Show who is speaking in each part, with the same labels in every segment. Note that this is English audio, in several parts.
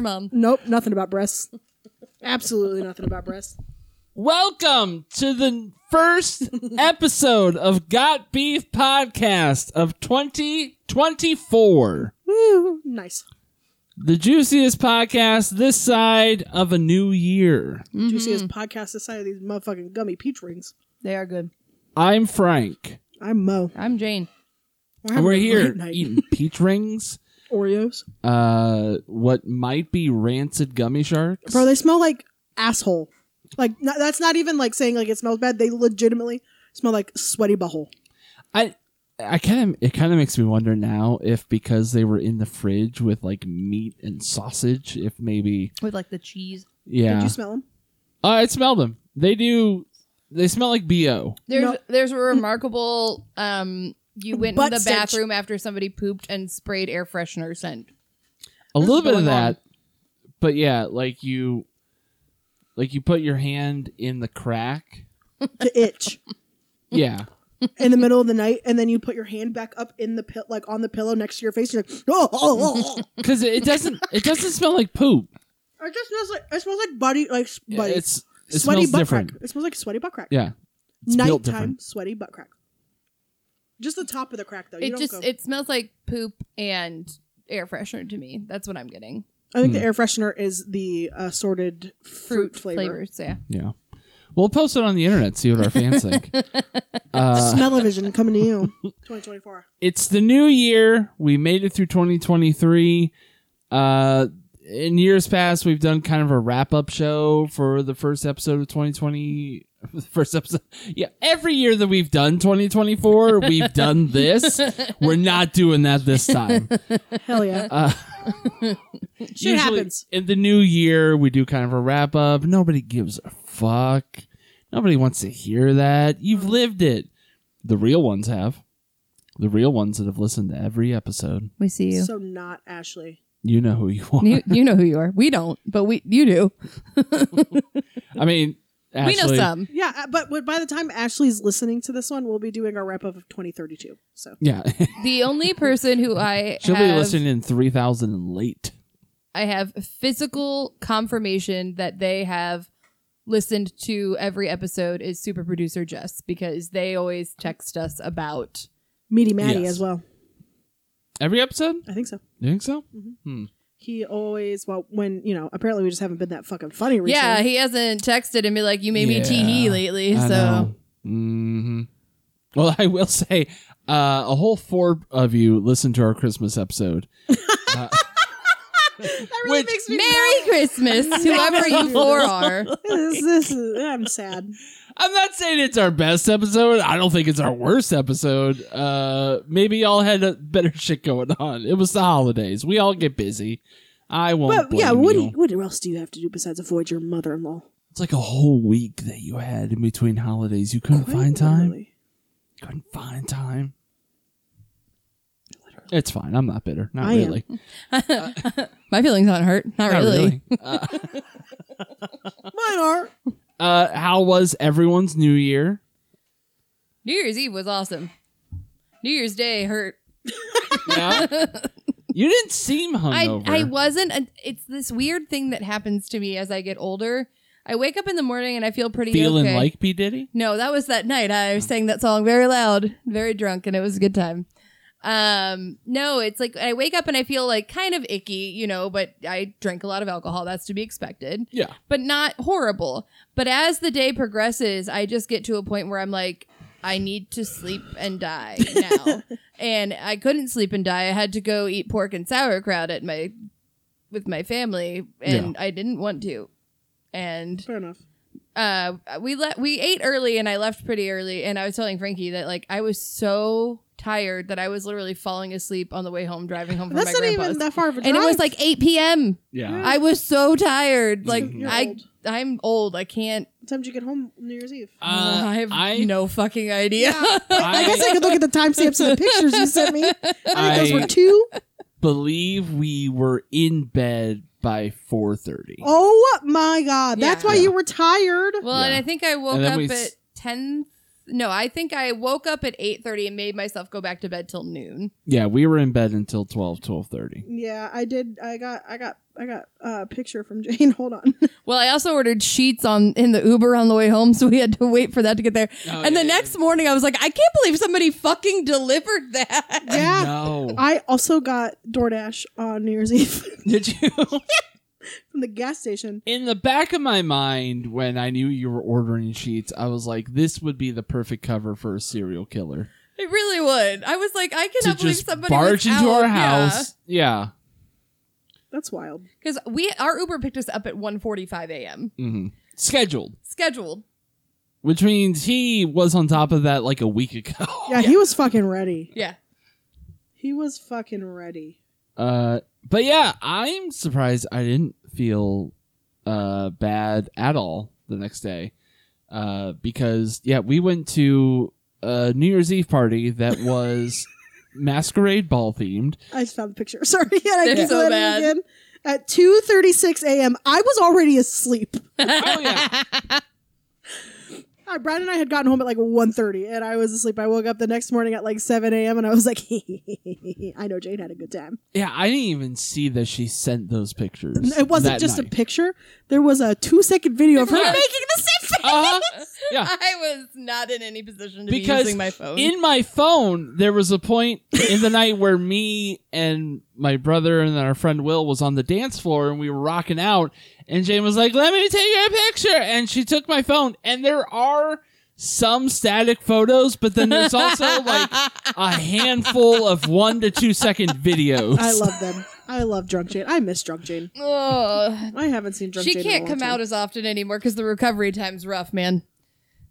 Speaker 1: mom.
Speaker 2: Nope, nothing about breasts. Absolutely nothing about breasts.
Speaker 3: Welcome to the first episode of Got Beef Podcast of 2024.
Speaker 2: Woo, nice.
Speaker 3: The juiciest podcast this side of a new year. Mm.
Speaker 2: Juiciest podcast this side of these motherfucking gummy peach rings.
Speaker 1: They are good.
Speaker 3: I'm Frank.
Speaker 2: I'm Mo.
Speaker 1: I'm Jane.
Speaker 2: We're,
Speaker 3: And
Speaker 2: having
Speaker 3: we're
Speaker 2: a
Speaker 3: here
Speaker 2: great night.
Speaker 3: eating peach rings,
Speaker 2: Oreos.
Speaker 3: uh, what might be rancid gummy sharks.
Speaker 2: Bro, they smell like asshole. Like not, that's not even like saying like it smells bad. They legitimately smell like sweaty butthole.
Speaker 3: I I kind of it kind of makes me wonder now if because they were in the fridge with like meat and sausage, if maybe
Speaker 1: With like the cheese.
Speaker 2: Did
Speaker 3: yeah.
Speaker 2: you smell them?
Speaker 3: Uh, I smelled them. They do. They smell like bo.
Speaker 1: There's
Speaker 2: No.
Speaker 1: there's a remarkable um you went in
Speaker 2: Butt
Speaker 1: the
Speaker 2: stench.
Speaker 1: bathroom after somebody pooped and sprayed air freshener scent.
Speaker 3: A little bit of
Speaker 1: going
Speaker 3: that,
Speaker 1: on.
Speaker 3: but yeah, like you, like you put your hand in the crack.
Speaker 2: To itch
Speaker 3: Yeah,
Speaker 2: in the middle of the night, and then you put your hand back up in the pill, like on the pillow next to your face. You're like, oh,
Speaker 3: Mm.
Speaker 2: oh, oh.
Speaker 3: because it doesn't. It doesn't smell like poop.
Speaker 2: it just smells like it smells like body like s- buddy,
Speaker 3: It's it
Speaker 2: sweaty
Speaker 3: smells
Speaker 2: butt
Speaker 3: different.
Speaker 2: crack. It smells like sweaty butt crack.
Speaker 3: Yeah, it's built
Speaker 2: Nighttime
Speaker 3: different.
Speaker 2: sweaty butt crack. Just the top of the crack though. You
Speaker 1: It
Speaker 2: don't
Speaker 1: just
Speaker 2: go.
Speaker 1: it smells like poop and air freshener to me. That's what I'm getting.
Speaker 2: I
Speaker 3: Hmm.
Speaker 2: think the air freshener is the assorted fruit, flavor.
Speaker 1: flavors, yeah.
Speaker 3: Yeah, we'll post it on the internet. See what our fans think. Uh,
Speaker 2: Smell-o-vision coming to you. 2024.
Speaker 3: it's the new year. We made it through 2023. Uh, in years past, we've done kind of a wrap up show for the first episode of 2020. The first episode. Yeah, every year that we've done 2024, we've done this. We're not doing that this time.
Speaker 2: Hell yeah.
Speaker 3: Uh,
Speaker 2: Shit happens.
Speaker 3: In the new year, we do kind of a wrap up. Nobody gives a fuck. Nobody wants to hear that. You've lived it. The real ones have. The real ones that have listened to every episode.
Speaker 1: We see you.
Speaker 2: So not Ashley.
Speaker 3: You know who you are.
Speaker 1: you. You know who you are. We don't, but we you do.
Speaker 3: I mean, Ashley,
Speaker 1: we know some.
Speaker 2: Yeah, uh, but w- by the time Ashley's listening to this one, we'll be doing our wrap up of 2032. So
Speaker 3: Yeah,
Speaker 1: The only person who I
Speaker 3: she'll be
Speaker 1: have,
Speaker 3: listening in three thousand and late.
Speaker 1: I have physical confirmation that they have listened to every episode is super producer Jess because they always text us about
Speaker 2: Meaty Matty
Speaker 3: Yes.
Speaker 2: as well.
Speaker 3: Every episode?
Speaker 2: I think so.
Speaker 3: You think so?
Speaker 2: He always well when you know apparently we just haven't been that fucking funny recently.
Speaker 1: Yeah, he hasn't texted and be like, "You made me
Speaker 3: Yeah,
Speaker 1: tee hee lately." so
Speaker 3: hmm Well, I will say, uh, a whole four of you listened to our Christmas episode. Uh,
Speaker 2: that really
Speaker 3: Which-
Speaker 2: makes me
Speaker 1: Merry Christmas, whoever you four are.
Speaker 2: this, this is, I'm sad.
Speaker 3: I'm not saying it's our best episode. I don't think it's our worst episode. Uh, maybe y'all had uh better shit going on. It was the holidays. We all get busy. I won't.
Speaker 2: But yeah,
Speaker 3: blame
Speaker 2: what do
Speaker 3: you.
Speaker 2: you, what else do you have to do besides avoid your mother in law?
Speaker 3: It's like a whole week that you had in between holidays. You couldn't find time. couldn't find time. It's fine. I'm not bitter. Not
Speaker 2: I am.
Speaker 3: really.
Speaker 1: My feelings aren't hurt. Not,
Speaker 3: Not
Speaker 1: really.
Speaker 3: really.
Speaker 2: Mine are.
Speaker 3: Uh, how was everyone's New Year?
Speaker 1: New Year's Eve was awesome. New Year's Day hurt.
Speaker 3: Yeah. you didn't seem hungover.
Speaker 1: I I wasn't. and it's this weird thing that happens to me as I get older. I wake up in the morning and I feel pretty
Speaker 3: feeling
Speaker 1: okay.
Speaker 3: like P Diddy.
Speaker 1: No, that was that night. I sang that song very loud, very drunk, and it was a good time. Um, no, it's like I wake up and I feel like kind of icky, you know, but I drank a lot of alcohol. That's to be expected,
Speaker 3: Yeah.
Speaker 1: but not horrible. But as the day progresses, I just get to a point where I'm like, I need to sleep and die now. and I couldn't sleep and die. I had to go eat pork and sauerkraut at my with my family, and I didn't want to. And
Speaker 2: Fair enough.
Speaker 1: uh we let we ate early and I left pretty early and I was telling Frankie that like I was so tired that I was literally falling asleep on the way home driving home from
Speaker 2: That's
Speaker 1: my
Speaker 2: not
Speaker 1: grandpa's.
Speaker 2: even that far of a drive.
Speaker 1: and it was like 8 p.m.
Speaker 3: Yeah.
Speaker 1: I was so tired. Like
Speaker 2: You're
Speaker 1: I
Speaker 2: old.
Speaker 1: I'm old. I can't
Speaker 2: What time did you get home New Year's Eve?
Speaker 3: Uh,
Speaker 1: I have
Speaker 3: I-
Speaker 1: no fucking idea.
Speaker 2: I guess I
Speaker 3: I
Speaker 2: could look at the timestamps and the pictures you sent me. I think those
Speaker 3: I-
Speaker 2: were two.
Speaker 3: believe we were in bed by four thirty.
Speaker 2: Oh my god. That's
Speaker 1: Yeah.
Speaker 2: why
Speaker 3: Yeah.
Speaker 2: you were tired.
Speaker 1: well, and
Speaker 3: Yeah.
Speaker 1: I think I woke
Speaker 3: And then
Speaker 1: up
Speaker 3: we
Speaker 1: at
Speaker 3: s-
Speaker 1: 10 No, I think I woke up at 8:30 and made myself go back to bed till noon.
Speaker 3: Yeah, we were in bed until twelve, twelve thirty.
Speaker 2: Yeah, I did I got I got I got uh, a picture from Jane. Hold on.
Speaker 1: Well, I also ordered sheets on in the Uber on the way home, so we had to wait for that to get there.
Speaker 3: Oh,
Speaker 1: and
Speaker 3: yeah,
Speaker 1: the
Speaker 3: yeah.
Speaker 1: next morning, I was like, I can't believe somebody fucking delivered that.
Speaker 2: yeah.
Speaker 3: No.
Speaker 2: I also got DoorDash on New Year's Eve
Speaker 3: Did you?
Speaker 2: from the gas station.
Speaker 3: In the back of my mind, when I knew you were ordering sheets, I was like, this would be the perfect cover for a serial killer.
Speaker 1: It really would. I was like, I
Speaker 3: To
Speaker 1: cannot believe
Speaker 3: just
Speaker 1: somebody
Speaker 3: barge
Speaker 1: was
Speaker 3: into
Speaker 1: out.
Speaker 3: our house. Yeah.
Speaker 2: That's wild.
Speaker 1: because we our Uber picked us up at 1.45 a.m.
Speaker 3: hmm Scheduled.
Speaker 1: scheduled.
Speaker 3: Which means he was on top of that like a week ago.
Speaker 2: Yeah, he was fucking ready.
Speaker 1: Oh, Yeah,
Speaker 2: He was fucking ready.
Speaker 3: Uh, but yeah, I'm surprised I didn't feel uh, bad at all the next day. Uh, because, yeah, we went to a New Year's Eve party that was masquerade ball themed.
Speaker 2: I just found the picture. Sorry, and I
Speaker 1: They're
Speaker 2: keep
Speaker 1: so
Speaker 2: so
Speaker 1: bad.
Speaker 2: again. At two thirty six a.m., I was already asleep.
Speaker 3: oh, yeah.
Speaker 2: Uh, Brad and I had gotten home at like 1.30 and I was asleep. I woke up the next morning at like seven a.m. and I was like, I know Jane had a good time.
Speaker 3: Yeah, I didn't even see that she sent those pictures.
Speaker 2: It wasn't
Speaker 3: that
Speaker 2: just
Speaker 3: night.
Speaker 2: a picture. There was a two second video of her
Speaker 3: Yeah.
Speaker 2: making the same thing.
Speaker 3: Uh-huh. Yeah.
Speaker 1: I was not in any position to be
Speaker 3: Because
Speaker 1: using my phone.
Speaker 3: in my phone, there was a point in the night where me and my brother and our friend Will was on the dance floor and we were rocking out. And Jane was like, "Let me take a picture," and she took my phone. And there are some static photos, but then there's also like a handful of one to two second videos.
Speaker 2: I love them. I love Drunk Jane. I miss Drunk Jane.
Speaker 1: oh,
Speaker 2: I haven't seen Drunk
Speaker 1: she
Speaker 2: Jane.
Speaker 1: can't come out as often anymore because the recovery time's rough, man.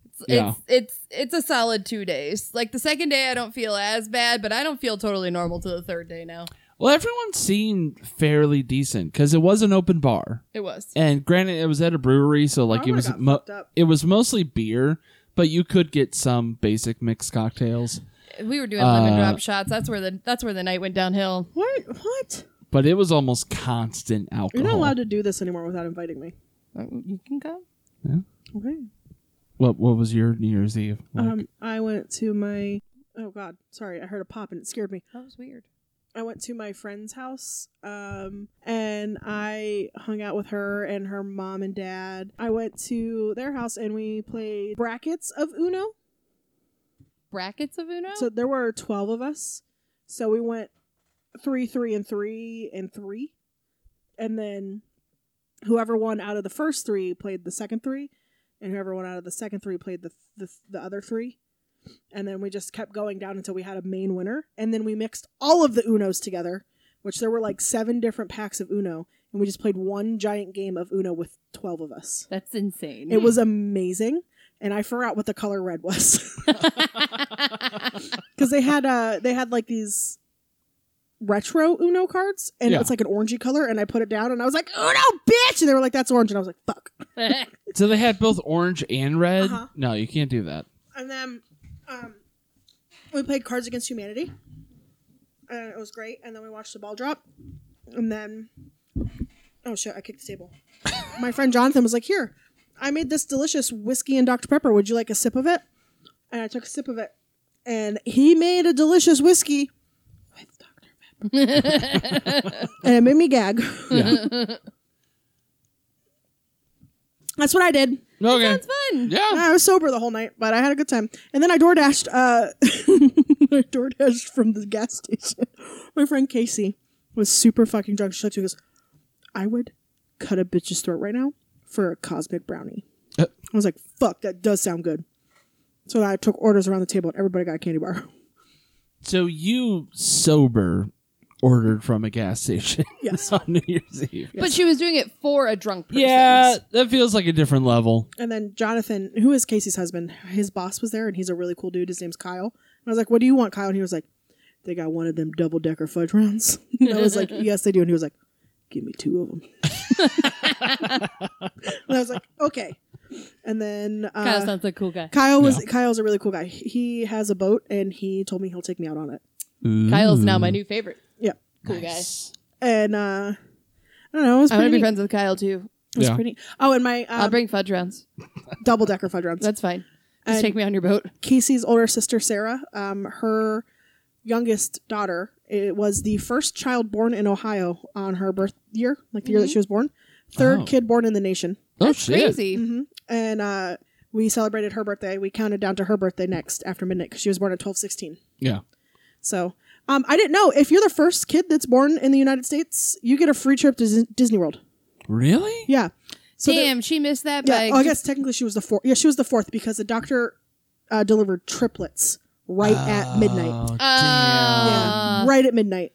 Speaker 1: It's,
Speaker 3: Yeah.
Speaker 1: it's it's it's a solid two days. Like the second day, I don't feel as bad, but I don't feel totally normal to the third day now.
Speaker 3: well, everyone seemed fairly decent because it was an open bar.
Speaker 1: It was.
Speaker 3: and granted it was at a brewery so like
Speaker 2: I
Speaker 3: it
Speaker 2: would've
Speaker 3: was
Speaker 2: got
Speaker 3: mo-
Speaker 2: fucked up.
Speaker 3: it was mostly beer but you could get some basic mixed cocktails
Speaker 1: We were doing lemon
Speaker 3: Uh,
Speaker 1: drop shots. That's where the that's where the night went downhill.
Speaker 2: What? What?
Speaker 3: but it was almost constant alcohol
Speaker 2: You're not allowed to do this anymore without inviting me.
Speaker 1: You can come.
Speaker 2: Okay.
Speaker 3: what what was your new year's eve like?
Speaker 2: Um, I went to my. Oh God, sorry, I heard a pop and it scared me.
Speaker 1: That was weird.
Speaker 2: I went to my friend's house, um, and I hung out with her and her mom and dad. I went to their house and we played brackets of Uno.
Speaker 1: Brackets of Uno.
Speaker 2: So there were twelve of us. So we went three, three, and three, and three, and then whoever won out of the first three played the second three, and whoever won out of the second three played the the, the other three, and then we just kept going down until we had a main winner, and then we mixed all of the Unos together, which there were like seven different packs of Uno, and we just played one giant game of Uno with twelve of us.
Speaker 1: That's insane.
Speaker 2: It was amazing, and I forgot what the color red was. because they had uh they had like these retro Uno cards, and
Speaker 3: Yeah.
Speaker 2: it's like an orangey color. And I put it down, and I was like, Uno, bitch! And they were like, that's orange, and I was like, fuck.
Speaker 3: so they had both orange and red
Speaker 2: Uh-huh.
Speaker 3: no you can't do that
Speaker 2: And then um, we played Cards Against Humanity, and it was great. And then we watched the ball drop, and then oh shit, I kicked the table. My friend Jonathan was like, here, I made this delicious whiskey and Dr Pepper. Would you like a sip of it? And I took a sip of it, and he made a delicious whiskey with Dr Pepper. and it made me gag.
Speaker 3: yeah
Speaker 2: That's what I did.
Speaker 3: okay
Speaker 1: That's fun.
Speaker 3: yeah
Speaker 2: I was sober the whole night, but I had a good time. And then I door dashed. Uh, I door dashed from the gas station. My friend Casey was super fucking drunk. She looked at me and goes, "I would cut a bitch's throat right now for a cosmic brownie."
Speaker 3: Uh.
Speaker 2: I was like, "Fuck, that does sound good." So I took orders around the table, and everybody got a candy bar.
Speaker 3: so you sober ordered from a gas station
Speaker 2: Yes.
Speaker 3: on new year's eve
Speaker 1: But she was doing it for a drunk person.
Speaker 3: yeah that feels like a different level
Speaker 2: And then Jonathan, who is Casey's husband, his boss was there, and he's a really cool dude. His name's Kyle. And I was like, "What do you want, Kyle?" And he was like, "They got one of them double decker fudge rounds." and I was like, "Yes, they do." And he was like, "Give me two of them." and I was like, "Okay." And then uh,
Speaker 1: Kyle
Speaker 2: Kyle,
Speaker 1: sounds like a cool guy.
Speaker 2: was
Speaker 3: Yeah.
Speaker 2: Kyle's a really cool guy. He has a boat, and he told me he'll take me out on it.
Speaker 3: Hmm.
Speaker 1: Kyle's now my new favorite.
Speaker 2: Yeah,
Speaker 1: Cool
Speaker 2: and uh, I don't know. It was
Speaker 1: guy. I
Speaker 2: pretty.
Speaker 1: want to be
Speaker 2: neat.
Speaker 1: friends with Kyle too.
Speaker 2: It was
Speaker 3: Yeah.
Speaker 2: pretty. Oh, and my
Speaker 1: I'll
Speaker 2: uh,
Speaker 1: bring fudge rounds.
Speaker 2: double decker fudge rounds.
Speaker 1: That's fine. Just
Speaker 2: and-
Speaker 1: take me on your boat.
Speaker 2: Casey's older sister Sarah, um, her youngest daughter It was the first child born in Ohio on her birth year, like the year that she was born. Third
Speaker 3: Oh.
Speaker 2: kid born in the nation.
Speaker 3: Oh
Speaker 1: That's
Speaker 3: shit!
Speaker 1: crazy.
Speaker 2: hmm And uh, we celebrated her birthday. We counted down to her birthday next after midnight because she was born at twelve sixteen.
Speaker 3: Yeah.
Speaker 2: So um, I didn't know if you're the first kid that's born in the United States, you get a free trip to Dis- Disney World.
Speaker 3: Really?
Speaker 2: Yeah. So there-
Speaker 1: Damn, she missed that
Speaker 2: yeah.
Speaker 1: by
Speaker 2: oh, I guess technically she was the fourth. Yeah, she was the fourth because the doctor uh, delivered triplets right at midnight.
Speaker 3: Oh,
Speaker 1: Uh,
Speaker 2: right at midnight.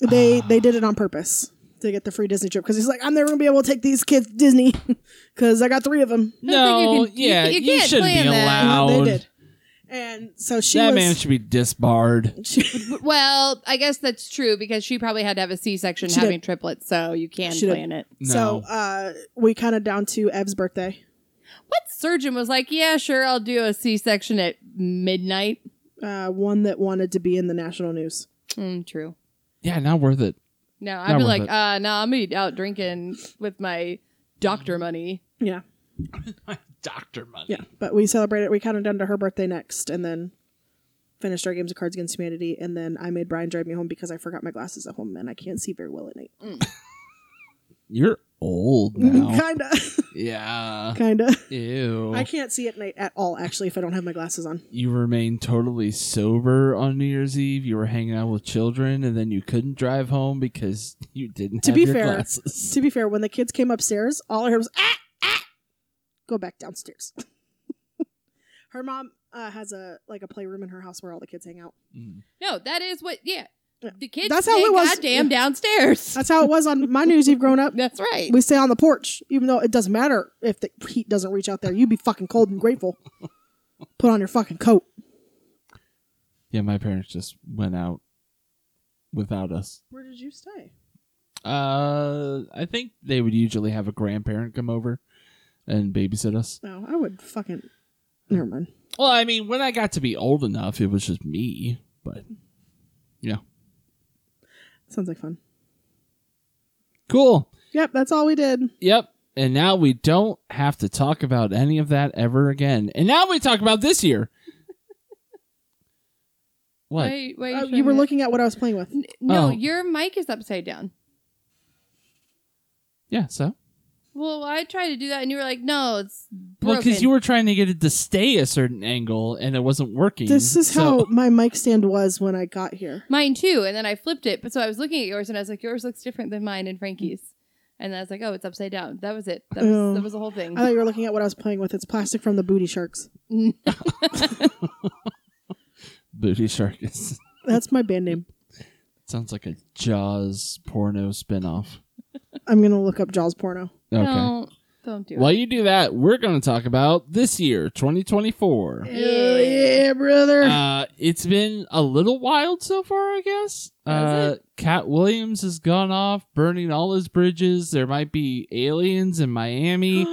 Speaker 2: They
Speaker 3: Ah.
Speaker 2: they did it on purpose to get the free Disney trip because he's like, I'm never gonna be able to take these kids to Disney because I got three of them.
Speaker 1: I don't
Speaker 3: No,
Speaker 1: think you can- you
Speaker 3: yeah,
Speaker 1: ca- you
Speaker 3: you,
Speaker 1: can't
Speaker 3: shouldn't
Speaker 1: plan
Speaker 3: be
Speaker 1: that.
Speaker 3: allowed.
Speaker 2: They did. And so she
Speaker 3: that
Speaker 2: was.
Speaker 3: man should be disbarred.
Speaker 2: she,
Speaker 1: W- Well, I guess that's true because she probably had to have a C-section
Speaker 2: She did.
Speaker 1: having triplets, so you can
Speaker 2: She did.
Speaker 1: plan it.
Speaker 3: No.
Speaker 2: So uh, we kind of down to Ev's birthday.
Speaker 1: What surgeon was like, "Yeah, sure, I'll do a C-section at midnight."
Speaker 2: Uh, one that wanted to be in the national news.
Speaker 1: Mm, true.
Speaker 3: yeah, not worth it.
Speaker 1: No,
Speaker 3: Not
Speaker 1: I'd be
Speaker 3: worth
Speaker 1: like,
Speaker 3: it.
Speaker 1: uh, no, I'm gonna be out drinking with my
Speaker 2: Mm.
Speaker 1: doctor money.
Speaker 2: Yeah,
Speaker 3: Doctor money.
Speaker 2: yeah. But we celebrated. We counted down to her birthday next, and then finished our games of Cards Against Humanity. And then I made Brian drive me home because I forgot my glasses at home and I can't see very well at night.
Speaker 3: You're old now.
Speaker 2: kinda,
Speaker 3: yeah.
Speaker 2: kinda.
Speaker 3: Ew.
Speaker 2: I can't see at night at all. Actually, if I don't have my glasses on.
Speaker 3: you remained totally sober on New Year's Eve. You were hanging out with children, and then you couldn't drive home because you didn't
Speaker 2: To
Speaker 3: have
Speaker 2: be
Speaker 3: your
Speaker 2: fair,
Speaker 3: glasses.
Speaker 2: To be fair, when the kids came upstairs, all I heard was ah ah. Go back downstairs. her mom uh, has a like a playroom in her house where all the kids hang out.
Speaker 3: Mm.
Speaker 1: No, that is what. Yeah,
Speaker 2: Yeah.
Speaker 1: the kids.
Speaker 2: That's how it was.
Speaker 1: Goddamn downstairs.
Speaker 2: That's how it was on my New Year's Eve growing up.
Speaker 1: That's right.
Speaker 2: We stay on the porch, even though it doesn't matter if the heat doesn't reach out there. You'd be fucking cold and grateful. Put on your fucking coat.
Speaker 3: Yeah, my parents just went out without us.
Speaker 2: Where did you stay?
Speaker 3: Uh, I think they would usually have a grandparent come over and babysit us.
Speaker 2: No, Oh, I would fucking. Never mind.
Speaker 3: Well, I mean, when I got to be old enough, it was just me. But
Speaker 2: Sounds like fun.
Speaker 3: cool.
Speaker 2: Yep, that's all we did.
Speaker 3: Yep. And now we don't have to talk about any of that ever again. And now we talk about this year. what?
Speaker 1: Wait, wait,
Speaker 2: Uh, you were
Speaker 1: Shannon.
Speaker 2: looking at what I was playing with.
Speaker 1: N- No,
Speaker 3: Oh.
Speaker 1: your mic is upside down.
Speaker 3: Yeah, so?
Speaker 1: Well, I tried to do that, and you were like, "No, it's
Speaker 3: Well,
Speaker 1: broken."
Speaker 3: because you were trying to get it to stay a certain angle and it wasn't working.
Speaker 2: This is
Speaker 3: So-
Speaker 2: how my mic stand was when I got here.
Speaker 1: mine too, and then I flipped it. But so I was looking at yours, and I was like, "Yours looks different than mine and Frankie's." And I was like, "Oh, it's upside down." That was it. That was,
Speaker 2: Oh.
Speaker 1: that was the whole thing.
Speaker 2: I thought you were looking at what I was playing with. It's plastic from the booty sharks.
Speaker 3: Booty Shark is.
Speaker 2: That's my band name.
Speaker 3: Sounds like a Jaws porno spinoff.
Speaker 2: I'm gonna look up Jaws porno.
Speaker 3: Okay.
Speaker 1: Don't don't do
Speaker 3: While
Speaker 1: it.
Speaker 3: you do that, we're going to talk about this year, 2024.
Speaker 2: Hell yeah, brother.
Speaker 3: Uh, it's been a little wild so far, I guess.
Speaker 1: Has
Speaker 3: Uh, Cat Williams has gone off, burning all his bridges. There might be aliens in Miami,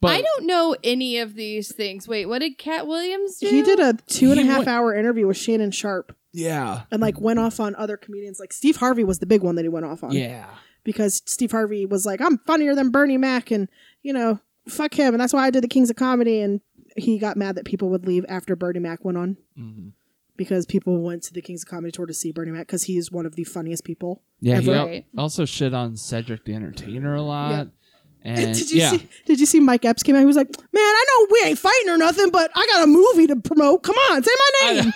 Speaker 3: but
Speaker 1: I don't know any of these things. Wait, what did Cat Williams do?
Speaker 2: he did a two and a
Speaker 3: He
Speaker 2: half
Speaker 3: wa-
Speaker 2: hour interview with Shannon Sharp
Speaker 3: yeah,
Speaker 2: and like went off on other comedians. Like Steve Harvey was the big one that he went off on.
Speaker 3: yeah,
Speaker 2: Because Steve Harvey was like, I'm funnier than Bernie Mac and you know, fuck him. And that's why I did the Kings of Comedy and he got mad that people would leave after Bernie Mac went on
Speaker 3: Mhm.
Speaker 2: because people went to the Kings of Comedy tour to see Bernie Mac because he is one of the funniest people.
Speaker 3: yeah. He al-
Speaker 1: Right.
Speaker 3: also shit on Cedric the Entertainer a lot, and
Speaker 2: did you
Speaker 3: yeah,
Speaker 2: see? Did you see Mike Epps came out? He was like, "Man, I know we ain't fighting or nothing, but I got a movie to promote. Come on, say my name."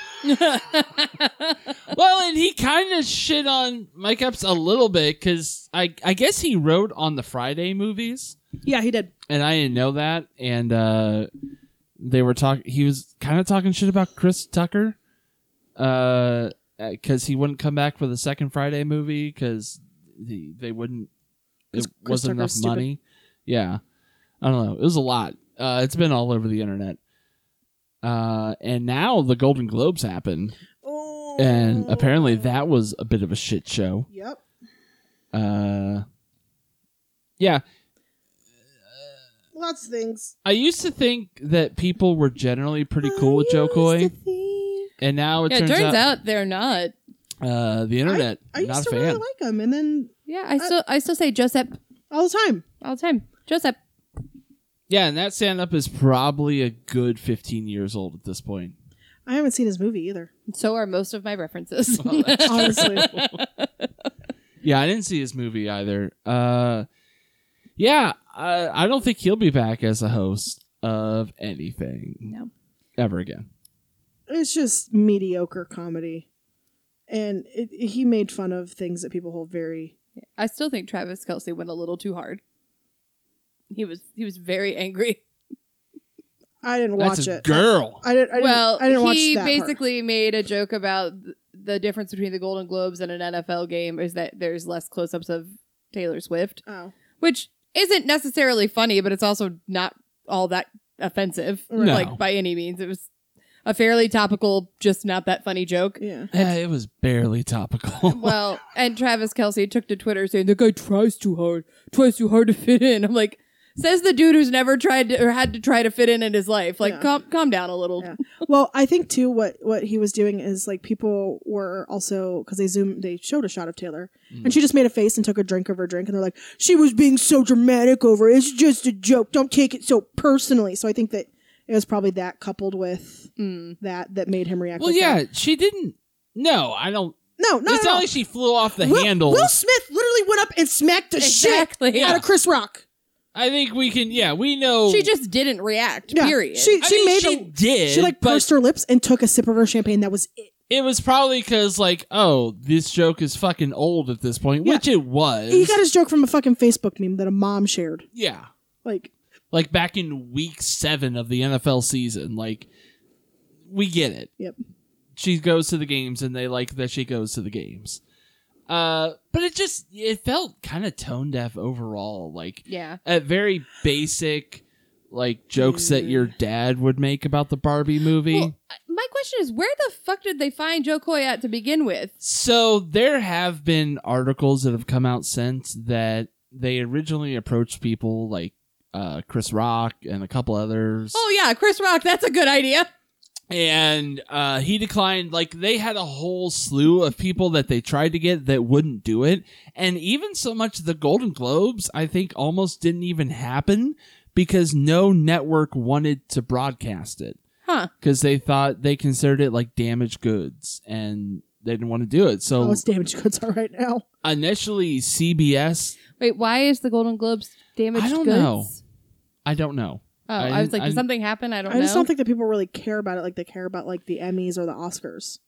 Speaker 3: well, and he kind of shit on Mike Epps a little bit because I I guess he wrote on the Friday movies.
Speaker 2: yeah, he did.
Speaker 3: and I didn't know that. And uh, they were talking. He was kind of talking shit about Chris Tucker, because he wouldn't come back for the second Friday movie because the, they wouldn't. It
Speaker 2: Chris- Chris
Speaker 3: wasn't enough
Speaker 2: Tucker's stupid.
Speaker 3: money. Yeah, I don't know. It was a lot. Uh, it's been all over the internet. Uh, and now the Golden Globes happened,
Speaker 2: Oh.
Speaker 3: and apparently that was a bit of a shit show
Speaker 2: Yep.
Speaker 3: uh yeah
Speaker 2: Lots of things.
Speaker 3: i used to think that people were generally pretty cool with joe coy and now it
Speaker 1: yeah,
Speaker 3: turns, out,
Speaker 1: they're not.
Speaker 3: uh the internet
Speaker 2: I used
Speaker 3: not a
Speaker 2: to
Speaker 3: fan
Speaker 2: really like him, and then
Speaker 1: Yeah, I still I still say Joseph
Speaker 2: all the time.
Speaker 1: all the time. Joseph.
Speaker 3: yeah and that stand up is probably a good 15 years old at this point
Speaker 2: I haven't seen his movie either.
Speaker 1: So are most of my references.
Speaker 3: Well, that's true.
Speaker 2: Honestly.
Speaker 3: Yeah, I didn't see his movie either. Uh, yeah, I, I don't think he'll be back as a host of anything.
Speaker 1: No.
Speaker 3: Ever again.
Speaker 2: It's just mediocre comedy. And it, it- he made fun of things that people hold very.
Speaker 1: I still think Travis Kelsey went a little too hard. He was he was very angry.
Speaker 2: I didn't
Speaker 3: That's
Speaker 2: watch
Speaker 3: a
Speaker 2: it.
Speaker 3: girl.
Speaker 2: I didn't. I didn't,
Speaker 1: well,
Speaker 2: I didn't watch
Speaker 1: he
Speaker 2: that part.
Speaker 1: basically made a joke about th- the difference between the Golden Globes and an NFL game is that there's less close-ups of Taylor Swift,
Speaker 2: Oh,
Speaker 1: which isn't necessarily funny, but it's also not all that offensive,
Speaker 2: No.
Speaker 1: like by any means. It was a fairly topical, just not that funny joke.
Speaker 2: yeah.
Speaker 3: Yeah, it was barely topical.
Speaker 1: Well, and Travis Kelsey took to Twitter saying the guy tries too hard, tries too hard to fit in. I'm like, says the dude who's never tried to, or had to try to fit in in his life. Like,
Speaker 2: Yeah.
Speaker 1: calm, calm down a little.
Speaker 2: Yeah. Well, I think too what what he was doing is like people were also because they zoomed they showed a shot of Taylor
Speaker 3: Mm.
Speaker 2: and she just made a face and took a drink of her drink and they're like she was being so dramatic over it. it's just a joke don't take it so personally so I think that it was probably that coupled with
Speaker 1: Mm.
Speaker 2: that that made him react.
Speaker 3: well,
Speaker 2: like
Speaker 3: yeah,
Speaker 2: that.
Speaker 3: she didn't. No, I don't.
Speaker 2: no, no,
Speaker 3: it's
Speaker 2: no,
Speaker 3: not
Speaker 2: no.
Speaker 3: like she flew off the
Speaker 2: Will,
Speaker 3: handle.
Speaker 2: Will Smith literally went up and smacked the
Speaker 1: Exactly.
Speaker 2: shit out
Speaker 1: Yeah.
Speaker 2: of Chris Rock.
Speaker 3: I think we can. Yeah, we know.
Speaker 1: She just didn't react.
Speaker 2: Yeah.
Speaker 1: Period.
Speaker 2: She
Speaker 3: I
Speaker 2: she
Speaker 3: mean,
Speaker 2: made
Speaker 3: she
Speaker 2: a,
Speaker 3: did.
Speaker 2: she like
Speaker 3: but
Speaker 2: pursed her lips and took a sip of her champagne. That was it.
Speaker 3: it was probably because like, oh, this joke is fucking old at this point,
Speaker 2: Yeah.
Speaker 3: which it was.
Speaker 2: He got his joke from a fucking Facebook meme that a mom shared.
Speaker 3: yeah.
Speaker 2: Like
Speaker 3: like back in week seven of the NFL season. Like, we get it.
Speaker 2: Yep.
Speaker 3: She goes to the games, and they like that she goes to the games. Uh, but it just it felt kind of tone deaf overall. Like
Speaker 1: yeah.
Speaker 3: at very basic, like jokes that your
Speaker 2: Mm.
Speaker 3: dad would make about the Barbie movie.
Speaker 1: Well, my question is, where the fuck did they find Joe Coyette to begin with?
Speaker 3: So there have been articles that have come out since that they originally approached people like uh, Chris Rock and a couple others.
Speaker 1: Oh yeah, Chris Rock. That's a good idea.
Speaker 3: and uh, he declined. Like they had a whole slew of people that they tried to get that wouldn't do it, and even so much the Golden Globes, I think, almost didn't even happen because no network wanted to broadcast it
Speaker 1: Huh.
Speaker 3: because they thought they considered it like damaged goods and they didn't want to do it.
Speaker 2: Oh,
Speaker 3: So
Speaker 2: it's damaged goods all right now.
Speaker 3: initially, CBS,
Speaker 1: Wait, why is the Golden Globes damaged?
Speaker 3: I don't
Speaker 1: goods?
Speaker 3: know. I don't know.
Speaker 1: Oh,
Speaker 3: I
Speaker 1: I,
Speaker 3: didn't-
Speaker 1: was like,
Speaker 3: I
Speaker 1: did
Speaker 3: didn't-
Speaker 1: something happen? I don't
Speaker 2: I
Speaker 1: know.
Speaker 2: just don't think that people really care about it like they care about like the Emmys or the Oscars.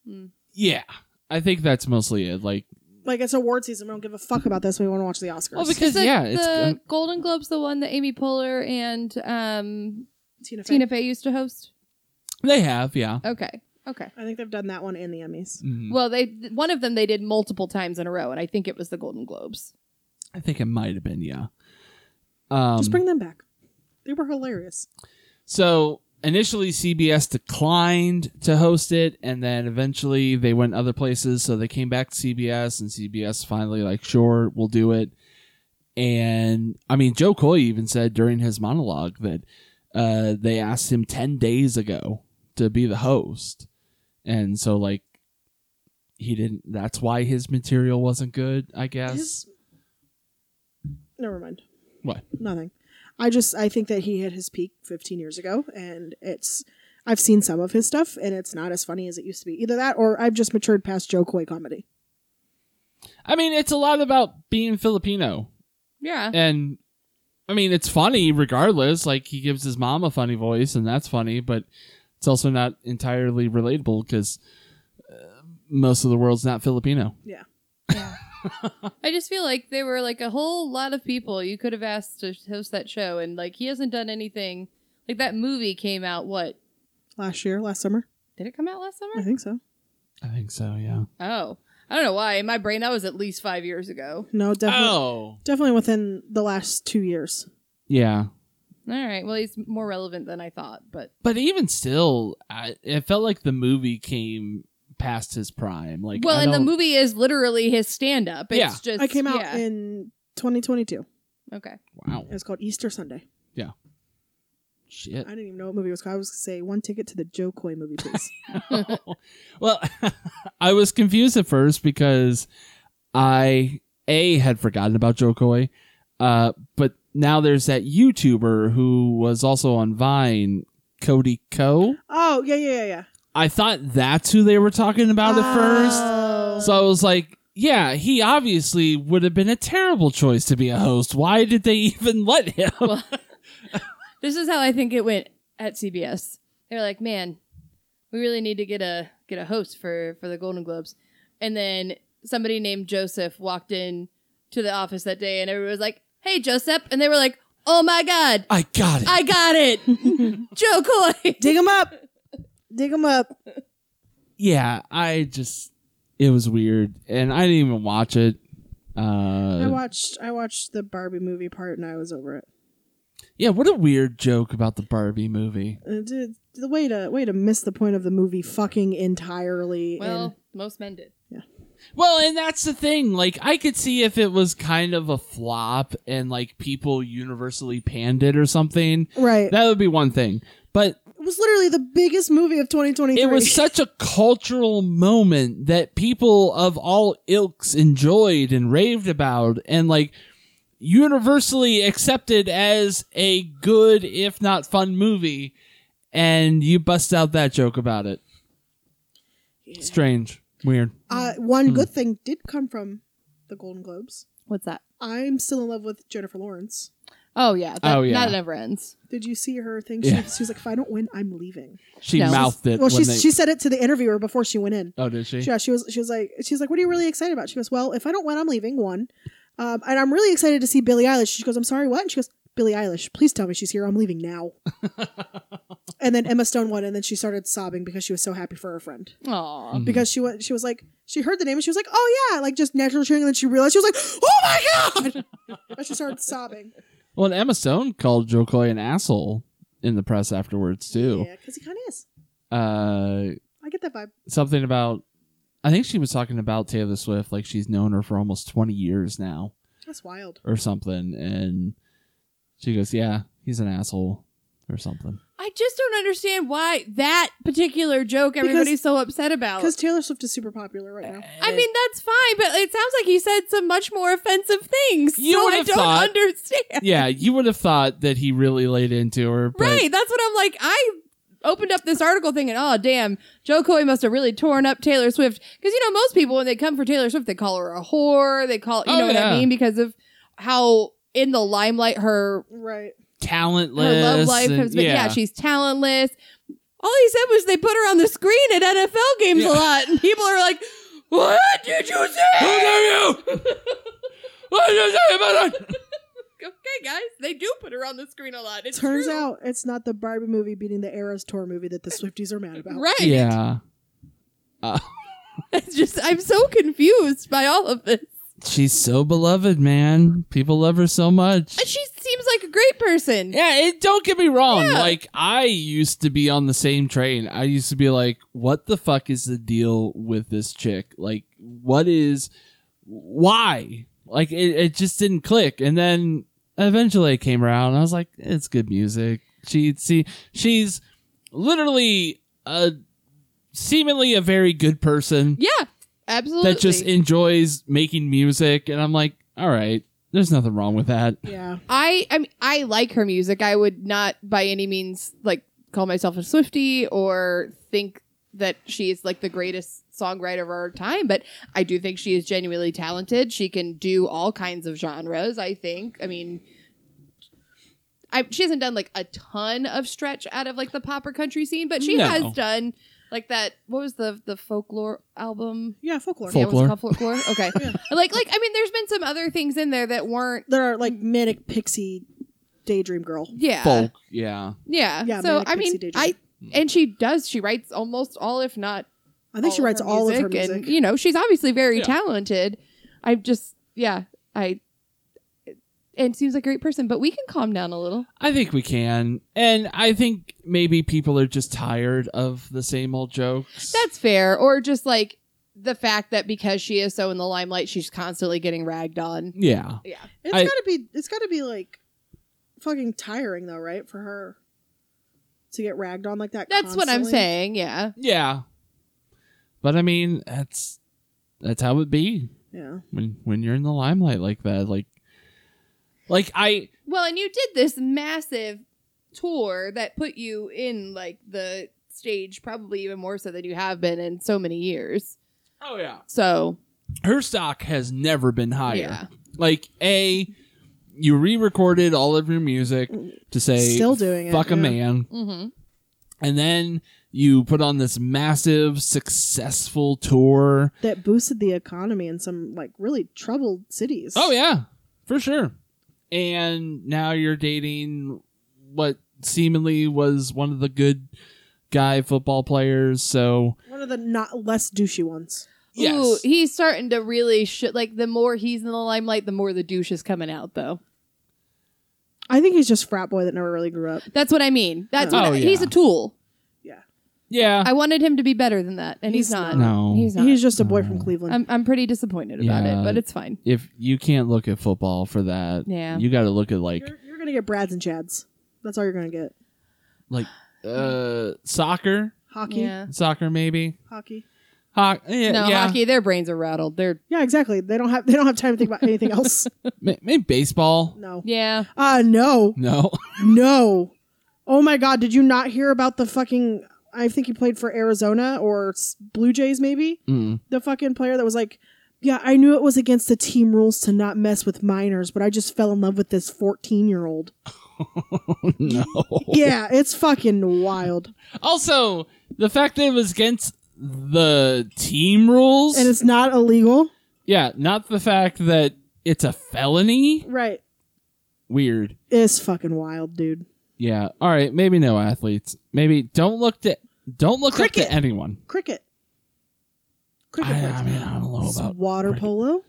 Speaker 3: Yeah, I think that's mostly it. Like,
Speaker 2: Like it's award season, we don't give a fuck about this. We want to watch the Oscars.
Speaker 3: well, because
Speaker 1: Isn't
Speaker 3: yeah,
Speaker 1: the
Speaker 3: it's um,
Speaker 1: Golden Globes the one that Amy Poehler and um,
Speaker 2: Tina, Fey.
Speaker 1: Tina Fey used to host?
Speaker 3: they have yeah.
Speaker 1: Okay, okay.
Speaker 2: I think they've done that one in the Emmys.
Speaker 3: Mhm.
Speaker 1: Well, they one of them they did multiple times in a row, and I think it was the Golden Globes.
Speaker 3: I think it might have been, yeah. Um,
Speaker 2: Just bring them back. They were hilarious.
Speaker 3: so initially, CBS declined to host it, and then eventually they went other places. So they came back to CBS, and CBS finally like, sure, we'll do it. And I mean, Joe Coy even said during his monologue that uh, they asked him ten days ago to be the host, and so like he didn't. That's why his material wasn't good, I guess.
Speaker 2: His- Never mind.
Speaker 3: What?
Speaker 2: Nothing. I just I think that he hit his peak 15 years ago, and it's I've seen some of his stuff, and it's not as funny as it used to be. Either that, or I've just matured past Joe Coy comedy.
Speaker 3: I mean, it's a lot about being Filipino.
Speaker 1: Yeah,
Speaker 3: and I mean, it's funny regardless. Like he gives his mom a funny voice, and that's funny, but it's also not entirely relatable because uh, most of the world's not Filipino.
Speaker 1: I just feel like they were like a whole lot of people you could have asked to host that show, and like he hasn't done anything. Like that movie came out. What
Speaker 2: Last year, last summer,
Speaker 1: did it come out last
Speaker 2: I
Speaker 1: summer?
Speaker 2: think so.
Speaker 3: I think so. Yeah.
Speaker 1: Oh, I don't know why. In my brain, that was at least five years ago.
Speaker 2: No, definitely,
Speaker 3: Oh.
Speaker 2: definitely within the last two years.
Speaker 3: Yeah,
Speaker 1: All right. Well, he's more relevant than I thought, but
Speaker 3: but even still, I, it felt like the movie came past his prime. Like,
Speaker 1: well,
Speaker 3: I
Speaker 1: and the
Speaker 3: don't-
Speaker 1: movie is literally his stand-up. It's
Speaker 3: Yeah.
Speaker 1: just
Speaker 2: I came out
Speaker 1: yeah.
Speaker 2: in 2022.
Speaker 1: okay.
Speaker 3: Wow.
Speaker 2: It was called Easter Sunday.
Speaker 3: Shit.
Speaker 2: I didn't even know what movie it was called. I was going to say one ticket to the Joe Coy movie, please.
Speaker 3: well, I was confused at first because I a had forgotten about Joe Coy, uh, but now there's that YouTuber who was also on Vine, Cody Co.
Speaker 2: oh yeah, yeah, yeah, yeah.
Speaker 3: I thought that's who they were talking about
Speaker 1: Ah.
Speaker 3: at first.
Speaker 1: Oh.
Speaker 3: So I was like, yeah, he obviously would have been a terrible choice to be a host. Why did they even let him?
Speaker 1: Well, this is how I think it went at CBS. They were like, "Man, we really need to get a get a host for for the Golden Globes." And then somebody named Joseph walked in to the office that day, and everyone was like, "Hey, Joseph!" And they were like, "Oh my God,
Speaker 3: I got it.
Speaker 1: I got it, Joe Coy."
Speaker 2: Dig him up. Dig him up.
Speaker 3: yeah, I just it was weird, and I didn't even watch it. Uh,
Speaker 2: I watched I watched the Barbie movie part and I was over it.
Speaker 3: yeah, what a weird joke about the Barbie movie.
Speaker 2: Uh, dude, the way to way to miss the point of the movie fucking entirely.
Speaker 1: Well, most men did.
Speaker 3: Well, and that's the thing. Like, I could see if it was kind of a flop and like people universally panned it or something.
Speaker 2: and, right.
Speaker 3: That would be one thing. But
Speaker 2: it was literally the biggest movie of 2023.
Speaker 3: it was such a cultural moment that people of all ilks enjoyed and raved about and like universally accepted as a good if not fun movie and you bust out that joke about it strange weird
Speaker 2: uh, one
Speaker 3: Hmm.
Speaker 2: good thing did come from the Golden Globes.
Speaker 1: What's that?
Speaker 2: I'm still in love with Jennifer Lawrence.
Speaker 1: Oh yeah, that,
Speaker 3: Oh, yeah.
Speaker 1: that never ends.
Speaker 2: Did you see her thing?
Speaker 3: Yeah.
Speaker 2: She, she was like, "If I don't win, I'm leaving."
Speaker 3: she
Speaker 1: No.
Speaker 3: mouthed it
Speaker 2: Well,
Speaker 3: when
Speaker 2: she
Speaker 3: they-
Speaker 2: she said it to the interviewer before she went in.
Speaker 3: oh did she
Speaker 2: Yeah, she was. She was like, she's like, what are you really excited about? She goes, well, if I don't win, I'm leaving. One, um, and I'm really excited to see Billie Eilish. She goes, I'm sorry, what? And she goes, Billie Eilish, please tell me she's here. I'm leaving now. and then Emma Stone won, and then she started sobbing because she was so happy for her friend
Speaker 1: Aw.
Speaker 3: Hmm. Mm-hmm.
Speaker 2: because she went. She was like, she heard the name and she was like, oh yeah, like just naturally cheering. And then she realized she was like, oh my god, and she started sobbing.
Speaker 3: well and emma stone called joe coy an asshole in the press afterwards too
Speaker 2: Yeah, because he kind of is.
Speaker 3: uh
Speaker 2: I get that vibe.
Speaker 3: something about I think she was talking about Taylor Swift like she's known her for almost 20 years now
Speaker 2: That's wild.
Speaker 3: or something and she goes, "Yeah, he's an asshole." Or something.
Speaker 1: I just don't understand why that particular joke
Speaker 2: Because-
Speaker 1: everybody's so upset about.
Speaker 2: Because Taylor Swift is super popular right now.
Speaker 1: I mean, that's fine, but it sounds like he said some much more offensive things.
Speaker 3: You
Speaker 1: so
Speaker 3: would
Speaker 1: I
Speaker 3: have
Speaker 1: don't
Speaker 3: thought-
Speaker 1: understand.
Speaker 3: yeah, you would have thought that he really laid into her, but
Speaker 1: Right. That's what I'm like. I opened up this article thinking, oh, damn, Joe Coy must have really torn up Taylor Swift. Because, you know, most people, when they come for Taylor Swift, they call her a whore. They call, you
Speaker 3: Oh,
Speaker 1: know what
Speaker 3: yeah.
Speaker 1: I mean? Because of how in the limelight her,
Speaker 2: Right.
Speaker 1: her
Speaker 3: talentless.
Speaker 1: love life has
Speaker 3: and-
Speaker 1: been.
Speaker 3: yeah.
Speaker 1: Yeah. she's talentless. All he said was they put her on the screen at NFL games
Speaker 3: Yeah.
Speaker 1: a lot, and people are like, what did you say?
Speaker 3: Who dare you? what did you say about her?
Speaker 1: okay, guys, they do put her on the screen a lot. It
Speaker 2: Turns out it's not the Barbie movie beating the Eras Tour movie that the Swifties are mad about.
Speaker 1: right?
Speaker 3: Yeah.
Speaker 1: It's just I'm so confused by all of this.
Speaker 3: She's so beloved, man. People love her so much.
Speaker 1: And she seems like a great person.
Speaker 3: Yeah, it, don't get me wrong.
Speaker 1: Yeah.
Speaker 3: Like I used to be on the same train. I used to be like, "What the fuck is the deal with this chick? Like, what is, why? Like, it, it just didn't click." And then eventually, I came around. And I was like, "It's good music." She see, she's literally a seemingly a very good person
Speaker 1: Yeah, absolutely.
Speaker 3: that just enjoys making music. And I'm like, "All right, there's nothing wrong with that."
Speaker 2: Yeah.
Speaker 1: I I mean I like her music. I would not by any means like call myself a Swifty or think that she is like the greatest songwriter of our time, but I do think she is genuinely talented. She can do all kinds of genres, I think. I mean I, she hasn't done like a ton of stretch out of like the pop or country scene, but she
Speaker 3: No.
Speaker 1: has done like that what was the the folklore album?
Speaker 2: Yeah, folklore.
Speaker 3: Folk-
Speaker 1: Yeah, was
Speaker 3: Folklore.
Speaker 1: it called folklore? Okay.
Speaker 2: Yeah.
Speaker 1: Like like I mean there's been some other things in there that weren't
Speaker 2: there are like manic pixie daydream girl.
Speaker 1: yeah.
Speaker 3: Folk, yeah.
Speaker 1: Yeah.
Speaker 2: Yeah,
Speaker 1: so
Speaker 2: Manic
Speaker 1: I
Speaker 2: Pixie
Speaker 1: mean,
Speaker 2: Daydream.
Speaker 1: I and she does. She writes almost all, if not.
Speaker 2: I think she writes all of her music.
Speaker 1: and you know she's obviously very
Speaker 3: Yeah.
Speaker 1: talented. I just, yeah, I. And seems like a great person, but we can calm down a little.
Speaker 3: I think we can. And I think maybe people are just tired of the same old jokes.
Speaker 1: That's fair, or just like the fact that because she is so in the limelight, she's constantly getting ragged on.
Speaker 3: yeah.
Speaker 1: Yeah,
Speaker 2: It's
Speaker 3: I-
Speaker 2: gotta be it's gotta be like fucking tiring though, right? For her to get ragged on like that.
Speaker 1: that's what I'm
Speaker 2: constantly.
Speaker 1: saying. Yeah,
Speaker 3: Yeah. But I mean, that's that's how it be
Speaker 2: Yeah.
Speaker 3: when when you're in the limelight like that. Like like I
Speaker 1: Well, and you did this massive tour that put you in like the stage, probably even more so than you have been in so many years.
Speaker 3: Oh yeah.
Speaker 1: So
Speaker 3: Her stock has never been higher.
Speaker 1: yeah,
Speaker 3: Like a you re-recorded all of your music to say
Speaker 2: Still doing it,
Speaker 3: fuck a
Speaker 2: yeah.
Speaker 3: man
Speaker 1: hmm
Speaker 3: and then you put on this massive successful tour.
Speaker 2: that boosted the economy in some like really troubled cities.
Speaker 3: Oh yeah, for sure. And now you're dating what seemingly was one of the good guy football players. So
Speaker 2: one of the not less douchey ones.
Speaker 1: Ooh,
Speaker 3: yes,
Speaker 1: he's starting to really shit. Like the more he's in the limelight, the more the douche is coming out, though.
Speaker 2: I think he's just frat boy that never really grew up.
Speaker 1: That's what I mean. That's what
Speaker 3: Oh,
Speaker 1: I-
Speaker 3: yeah.
Speaker 1: he's a tool.
Speaker 3: yeah.
Speaker 1: I wanted him to be better than that, and he's,
Speaker 2: He's
Speaker 1: not.
Speaker 3: no,
Speaker 1: He's not. Mm.
Speaker 2: He's just a boy from
Speaker 3: Oh.
Speaker 2: Cleveland.
Speaker 1: I'm, I'm pretty disappointed about
Speaker 3: Yeah.
Speaker 1: it, but it's fine.
Speaker 3: if you can't look at football for that,
Speaker 1: Yeah.
Speaker 3: you got to look at like
Speaker 2: you're, you're gonna get Brads and Chads. That's all you're gonna get.
Speaker 3: like uh soccer,
Speaker 2: Hockey,
Speaker 1: Yeah.
Speaker 3: soccer maybe.
Speaker 2: hockey.
Speaker 3: Hoc- yeah,
Speaker 1: no,
Speaker 3: yeah.
Speaker 1: hockey, their brains are rattled. They're
Speaker 2: Yeah, exactly. They don't have they don't have time to think about anything else.
Speaker 3: Ma- maybe baseball.
Speaker 2: No.
Speaker 1: yeah.
Speaker 2: Uh no.
Speaker 3: No,
Speaker 2: No. Oh my god, did you not hear about the fucking I think he played for Arizona or s- Blue Jays maybe?
Speaker 3: Mm.
Speaker 2: The fucking player that was like, "Yeah, I knew it was against the team rules to not mess with minors, but I just fell in love with this 14-year-old."
Speaker 3: no.
Speaker 2: Yeah, it's fucking wild.
Speaker 3: Also, the fact that it was against the team rules
Speaker 2: And it's not illegal.
Speaker 3: Yeah, not the fact that it's a felony.
Speaker 2: Right.
Speaker 3: Weird.
Speaker 2: It's fucking wild, dude.
Speaker 3: Yeah. All right. Maybe no athletes. Maybe don't look to don't look up
Speaker 2: Cricket.
Speaker 3: to anyone.
Speaker 2: Cricket. Cricket.
Speaker 3: I,
Speaker 2: player.
Speaker 3: I mean, I don't know
Speaker 2: It's
Speaker 3: about
Speaker 2: water
Speaker 3: cricket.
Speaker 2: polo?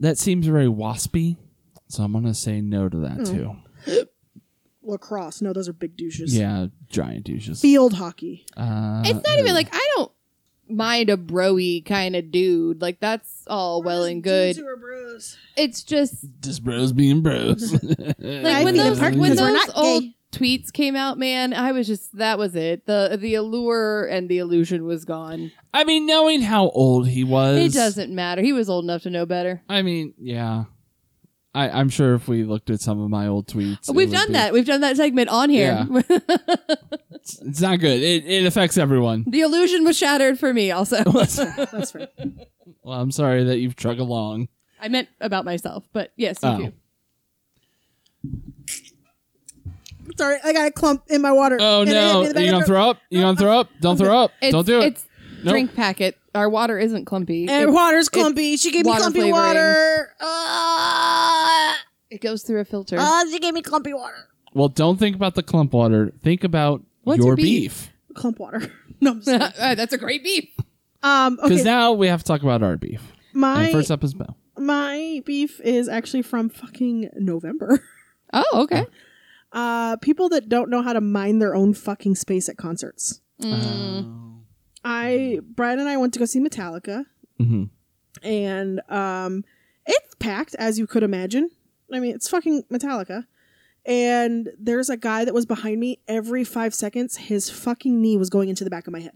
Speaker 3: that. Seems very waspy. So I'm gonna say no to
Speaker 1: Mm.
Speaker 3: that too.
Speaker 2: Lacrosse. No, those are big douches.
Speaker 3: Yeah, giant douches.
Speaker 2: Field hockey.
Speaker 3: Uh,
Speaker 1: it's not even like I don't mind a broy kind of dude. Like that's all well and good. It's just
Speaker 3: just bros being bros. like
Speaker 1: like
Speaker 2: I
Speaker 1: when
Speaker 2: think
Speaker 1: those
Speaker 2: it's hard
Speaker 1: when
Speaker 2: because we're
Speaker 1: those
Speaker 2: not
Speaker 1: old
Speaker 2: gay.
Speaker 1: tweets came out, man, I was just that was it. The the allure and the illusion was gone.
Speaker 3: I mean, knowing how old he was,
Speaker 1: It doesn't matter. He was old enough to know better.
Speaker 3: I mean, yeah. I, I'm sure if we looked at some of my old tweets, it
Speaker 1: We've
Speaker 3: would
Speaker 1: done
Speaker 3: be-
Speaker 1: that. We've done that segment on here.
Speaker 3: It's, it's not good. It, it affects everyone.
Speaker 1: the illusion was shattered for me also.
Speaker 2: That's fair.
Speaker 3: Well, I'm sorry that you've trug along.
Speaker 1: I meant about myself, but yes, you
Speaker 3: Oh.
Speaker 1: do.
Speaker 2: Sorry, I got a clump in my water.
Speaker 3: Oh
Speaker 2: And it
Speaker 3: no!
Speaker 2: hit me in the back
Speaker 3: You
Speaker 2: of
Speaker 3: gonna
Speaker 2: the throat.
Speaker 3: throw up? You gonna throw up? Don't throw up!
Speaker 1: It's,
Speaker 3: Don't do it!
Speaker 1: It's
Speaker 3: Nope.
Speaker 1: drink packet. Our water isn't clumpy.
Speaker 2: And
Speaker 1: it,
Speaker 2: water's clumpy. she gave me
Speaker 1: water
Speaker 2: clumpy
Speaker 1: flavoring.
Speaker 2: water. Ah,
Speaker 1: it goes through a filter.
Speaker 2: Ah, she gave me clumpy water.
Speaker 3: Well, don't think about the clump water. Think about
Speaker 1: What's
Speaker 3: your
Speaker 1: a
Speaker 3: beef.
Speaker 1: beef?
Speaker 2: Clump water. no, I'm just kidding.
Speaker 1: Uh, that's a great beef.
Speaker 2: Um,
Speaker 3: Because
Speaker 2: okay,
Speaker 3: now we have to talk about our beef.
Speaker 2: my
Speaker 3: and first up is Bo.
Speaker 2: my beef is actually from fucking November.
Speaker 1: Oh, okay.
Speaker 2: Uh, people that don't know how to mind their own fucking space at concerts.
Speaker 3: Uh,
Speaker 1: Mm.
Speaker 2: I Brian and I went to go see Metallica,
Speaker 3: Mhm.
Speaker 2: and um, it's packed as you could imagine. I mean, it's fucking Metallica. And there's a guy that was behind me every five seconds. His fucking knee was going into the back of my head.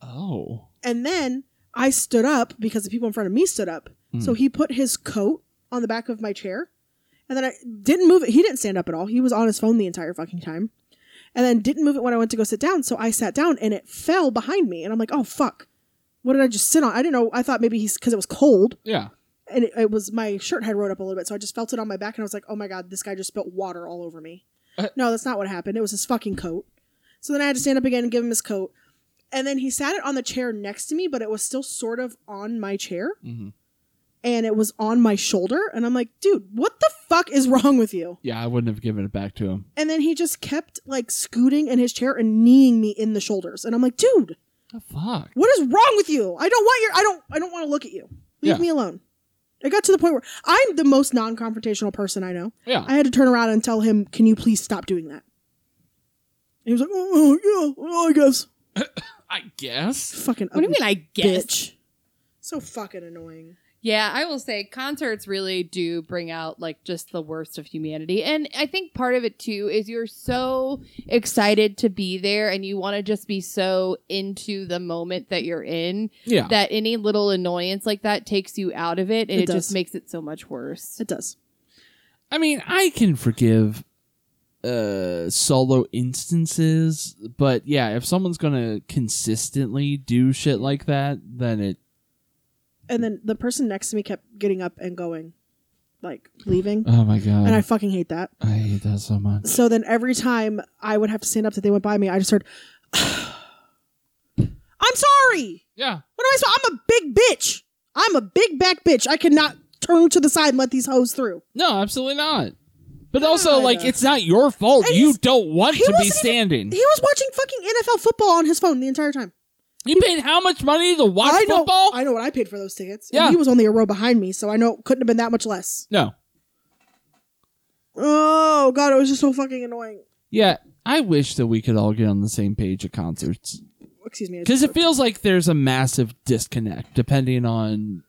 Speaker 3: Oh.
Speaker 2: And then I stood up because the people in front of me stood up. So he put his coat on the back of my chair. And then I didn't move it. He didn't stand up at all. He was on his phone the entire fucking time. And then didn't move it when I went to go sit down. So I sat down and it fell behind me. And I'm like, oh, fuck. What did I just sit on? I didn't know. I thought maybe he's because it was cold
Speaker 3: Yeah.
Speaker 2: and it, it was my shirt had rolled up a little bit, so I just felt it on my back, and I was like, "Oh my god, this guy just spilled water all over me."
Speaker 3: Uh.
Speaker 2: no, that's not what happened. It was his fucking coat. So then I had to stand up again and give him his coat, and then he sat it on the chair next to me, but it was still sort of on my chair,
Speaker 3: Mhm.
Speaker 2: and it was on my shoulder, and I'm like, "Dude, what the fuck is wrong with you?"
Speaker 3: Yeah. I wouldn't have given it back to him.
Speaker 2: And then he just kept like scooting in his chair and kneeing me in the shoulders, and I'm like, "Dude,
Speaker 3: The fuck.
Speaker 2: what is wrong with you? I don't want your. I don't. I don't want to look at you. Leave
Speaker 3: Yeah.
Speaker 2: me alone." It got to the point where I'm the most non-confrontational person I know.
Speaker 3: Yeah.
Speaker 2: I had to turn around and tell him, "Can you please stop doing that?" And he was like, "Oh, oh, yeah, oh, I guess."
Speaker 3: I guess.
Speaker 2: Fucking.
Speaker 1: What do you
Speaker 2: ugly
Speaker 1: mean? I guess.
Speaker 2: Bitch. So fucking annoying.
Speaker 1: Yeah, I will say concerts really do bring out like just the worst of humanity. And I think part of it too is you're so excited to be there and you want to just be so into the moment that you're in
Speaker 3: Yeah.
Speaker 1: that any little annoyance like that takes you out of it and
Speaker 2: It
Speaker 1: it,
Speaker 2: does.
Speaker 1: just makes it so much worse.
Speaker 2: It does.
Speaker 3: I mean, I can forgive uh solo instances but yeah if someone's gonna consistently do shit like that then it
Speaker 2: And then the person next to me kept getting up and going, like leaving,
Speaker 3: oh my god
Speaker 2: and I fucking hate that.
Speaker 3: I hate that so much
Speaker 2: So then every time I would have to stand up that they went by me, I just heard, "I'm sorry."
Speaker 3: yeah
Speaker 2: What am I supposed? I'm a big bitch. I'm a big back bitch. I cannot turn to the side and let these hoes through.
Speaker 3: no absolutely not but also
Speaker 2: God.
Speaker 3: like it's not your fault
Speaker 2: And
Speaker 3: you
Speaker 2: he's-
Speaker 3: don't want
Speaker 2: he
Speaker 3: to be
Speaker 2: wasn't even-
Speaker 3: standing
Speaker 2: He was watching fucking NFL football on his phone the entire time.
Speaker 3: you paid how much money to watch
Speaker 2: I know.
Speaker 3: football
Speaker 2: I know what I paid for those tickets.
Speaker 3: Yeah.
Speaker 2: And he was only a row behind me, so I know it couldn't have been that much less.
Speaker 3: no
Speaker 2: Oh god, it was just so fucking annoying.
Speaker 3: yeah I wish that we could all get on the same page at concerts
Speaker 2: Excuse me. I
Speaker 3: because
Speaker 2: just-
Speaker 3: it feels like there's a massive disconnect depending on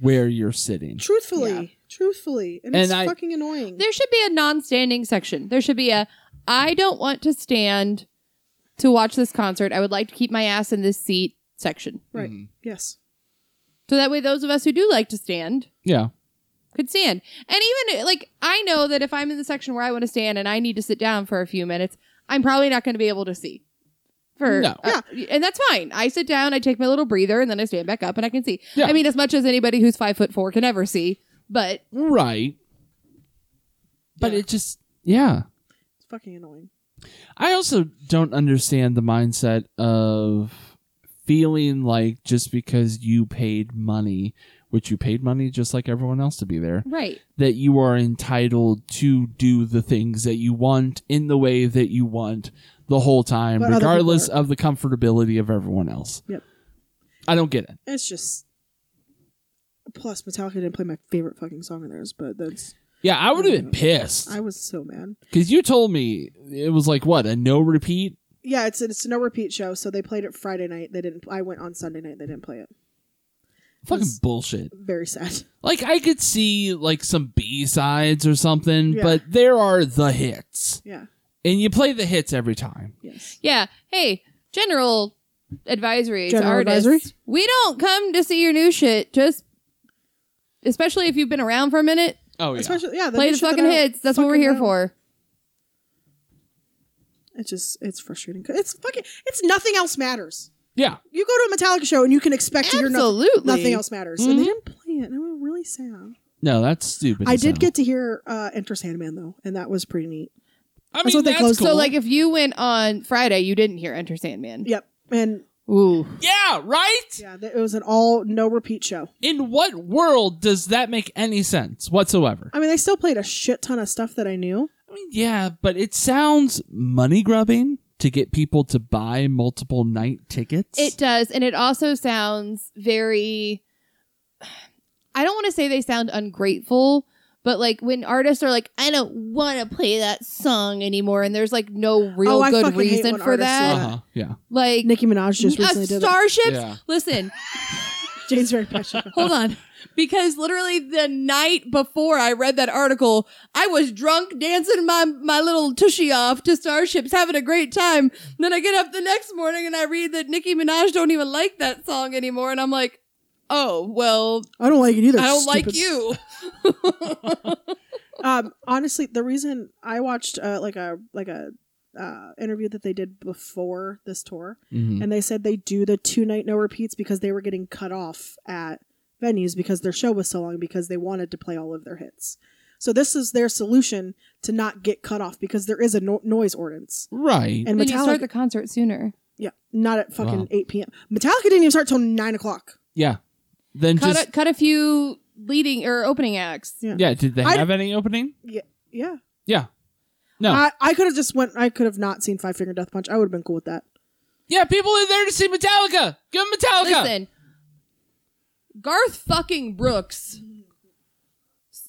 Speaker 3: where you're sitting
Speaker 2: truthfully,
Speaker 1: Yeah.
Speaker 2: truthfully, and,
Speaker 3: And
Speaker 2: it's
Speaker 3: I-
Speaker 2: fucking annoying.
Speaker 1: There should be a non-standing section. There should be a I don't want to stand to watch this concert. I would like to keep my ass in this seat section.
Speaker 2: Right.
Speaker 3: Mm.
Speaker 2: Yes.
Speaker 1: So that way those of us who do like to stand
Speaker 3: yeah
Speaker 1: could stand. And even like I know that if I'm in the section where I want to stand and I need to sit down for a few minutes, I'm probably not going to be able to see. For
Speaker 3: No.
Speaker 1: uh, and that's fine. I sit down, I take my little breather, and then I stand back up and I can see.
Speaker 3: Yeah.
Speaker 1: I mean, as much as anybody who's five foot four can ever see, but
Speaker 3: Right. But it just yeah.
Speaker 2: It's fucking annoying.
Speaker 3: I also don't understand the mindset of feeling like just because you paid money, which you paid money just like everyone else to be there,
Speaker 1: right,
Speaker 3: that you are entitled to do the things that you want in the way that you want the whole time,
Speaker 2: But other people
Speaker 3: regardless of the comfortability of everyone else.
Speaker 2: Yep.
Speaker 3: I don't get it.
Speaker 2: It's just plus Metallica didn't play my favorite fucking song of theirs, but that's
Speaker 3: Yeah, I would have been pissed
Speaker 2: I was so mad.
Speaker 3: because you told me it was like what a no repeat.
Speaker 2: Yeah, it's it's a no repeat show. So they played it Friday night. They didn't. I went on Sunday night. They didn't play it.
Speaker 3: Fucking
Speaker 2: Yes.
Speaker 3: bullshit.
Speaker 2: Very sad.
Speaker 3: Like I could see like some B sides or something,
Speaker 2: Yeah.
Speaker 3: but there are the hits,
Speaker 2: Yeah.
Speaker 3: and you play the hits every time.
Speaker 2: Yes.
Speaker 1: yeah. Hey, general advisory to
Speaker 2: General
Speaker 1: artists:
Speaker 2: advisory?
Speaker 1: we don't come to see your new shit. Just especially if you've been around for a minute,
Speaker 3: Oh yeah,
Speaker 2: Especially yeah.
Speaker 1: play the
Speaker 2: new shit that
Speaker 1: fucking
Speaker 2: I
Speaker 1: hits. That's what we're
Speaker 2: fucking
Speaker 1: here
Speaker 2: know.
Speaker 1: for.
Speaker 2: It's just it's frustrating. 'Cause It's fucking. It's nothing else matters.
Speaker 3: yeah.
Speaker 2: You go to a Metallica show and you can expect to hear nothing.
Speaker 1: Absolutely, Hmm?
Speaker 2: Nothing else matters. And they didn't play it. And I was really sad.
Speaker 3: No, that's stupid.
Speaker 2: I
Speaker 3: as
Speaker 2: did
Speaker 3: hell.
Speaker 2: get to hear uh, Enter Sandman though, and that was pretty neat.
Speaker 3: I
Speaker 2: that's
Speaker 3: mean,
Speaker 2: what they
Speaker 3: that's
Speaker 2: closed-
Speaker 3: cool.
Speaker 1: So, like, if you went on Friday, you didn't hear Enter Sandman.
Speaker 2: Yep. And
Speaker 1: Ooh,
Speaker 3: yeah, right.
Speaker 2: yeah, th- it was an all no repeat show.
Speaker 3: In what world does that make any sense whatsoever?
Speaker 2: I mean, they still played a shit ton of stuff that I knew.
Speaker 3: I mean, yeah, but it sounds money grubbing to get people to buy multiple night tickets.
Speaker 1: it does, and it also sounds very. I don't want to say they sound ungrateful, but like when artists are like, "I don't want to play that song anymore," and there's like no real
Speaker 2: Oh, I
Speaker 1: good
Speaker 2: fucking hate
Speaker 1: reason
Speaker 2: when
Speaker 1: for
Speaker 2: artists do
Speaker 1: that.
Speaker 3: Uh huh. Yeah.
Speaker 1: Like
Speaker 2: Nicki Minaj just
Speaker 1: uh,
Speaker 2: recently did it.
Speaker 1: Starships.
Speaker 3: Yeah.
Speaker 1: Listen,
Speaker 2: Jane's very passionate.
Speaker 1: hold on. Because literally the night before I read that article, I was drunk dancing my, my little tushy off to Starships, having a great time. And then I get up the next morning and I read that Nicki Minaj don't even like that song anymore. And I'm like, oh, well,
Speaker 2: I don't like it either.
Speaker 1: I don't like
Speaker 2: stupid.
Speaker 1: you.
Speaker 2: um, honestly, the reason I watched uh, like a like a uh, interview that they did before this tour,
Speaker 3: Mhm.
Speaker 2: and they said they do the two night no repeats because they were getting cut off at venues because their show was so long because they wanted to play all of their hits. So this is their solution to not get cut off because there is a no- noise ordinance.
Speaker 3: Right.
Speaker 2: And
Speaker 1: Then you
Speaker 2: Metallica,
Speaker 1: start the concert sooner.
Speaker 2: yeah, not at fucking
Speaker 3: Wow.
Speaker 2: eight p.m. Metallica didn't even start till nine o'clock.
Speaker 3: yeah. Then
Speaker 1: Cut,
Speaker 3: just
Speaker 1: a, cut a few leading or opening acts.
Speaker 2: Yeah.
Speaker 3: yeah. Did they
Speaker 2: I-
Speaker 3: have any opening?
Speaker 2: Yeah,
Speaker 3: Yeah. No.
Speaker 2: I, I could have just went. I could have not seen Five Finger Death Punch. I would have been cool with that.
Speaker 3: Yeah, people are there to see Metallica. Give 'em Metallica.
Speaker 1: Listen, Garth fucking Brooks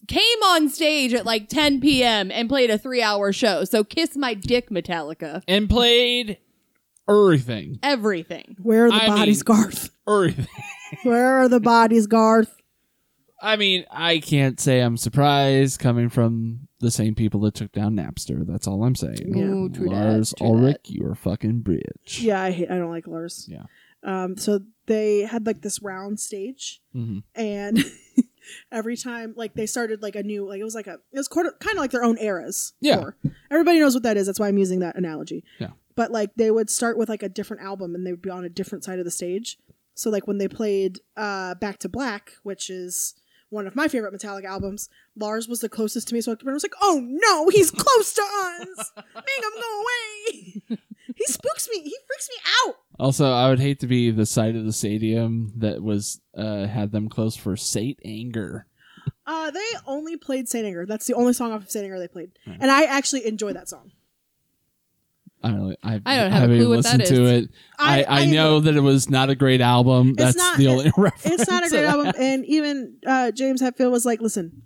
Speaker 1: came on stage at like 10 p.m. and played a three hour show. So kiss my dick, Metallica.
Speaker 3: And played everything.
Speaker 1: Everything.
Speaker 2: Where are the
Speaker 3: I
Speaker 2: bodies,
Speaker 3: mean-
Speaker 2: Garth?
Speaker 3: Everything.
Speaker 2: Where are the bodies, Garth?
Speaker 3: I mean, I can't say I'm surprised coming from the same people that took down Napster. That's all I'm saying.
Speaker 2: Yeah.
Speaker 1: Ooh, true that,
Speaker 3: Lars
Speaker 1: true
Speaker 3: Ulrich,
Speaker 1: that.
Speaker 3: you're a fucking bitch.
Speaker 2: Yeah, I hate. I don't like Lars.
Speaker 3: Yeah.
Speaker 2: Um. So they had like this round stage,
Speaker 3: Mhm.
Speaker 2: and every time like they started like a new like it was like a it was kind of like their own eras.
Speaker 3: Yeah.
Speaker 2: for- Everybody knows what that is. That's why I'm using that analogy.
Speaker 3: Yeah.
Speaker 2: But like they would start with like a different album and they would be on a different side of the stage. So like when they played uh Back to Black, which is one of my favorite Metallic albums, Lars was the closest to me, so I was like, "Oh no, he's close to us! Make him go away! He spooks me. He freaks me out."
Speaker 3: Also, I would hate to be the side of the stadium that was uh, had them closed for Sate Anger.
Speaker 2: Uh, they only played Saint Anger. That's the only song off of Saint Anger they played,
Speaker 3: Right.
Speaker 2: and I actually enjoy that song.
Speaker 3: I don't. Really, I,
Speaker 1: I don't have a
Speaker 3: haven't
Speaker 1: clue
Speaker 3: even
Speaker 1: what that
Speaker 3: listened to
Speaker 1: is.
Speaker 3: it. I, I, know that it was not a great album. That's
Speaker 2: not-
Speaker 3: the only reference.
Speaker 2: it's not a great
Speaker 3: that I-
Speaker 2: album, and even uh, James Hetfield was like, "Listen,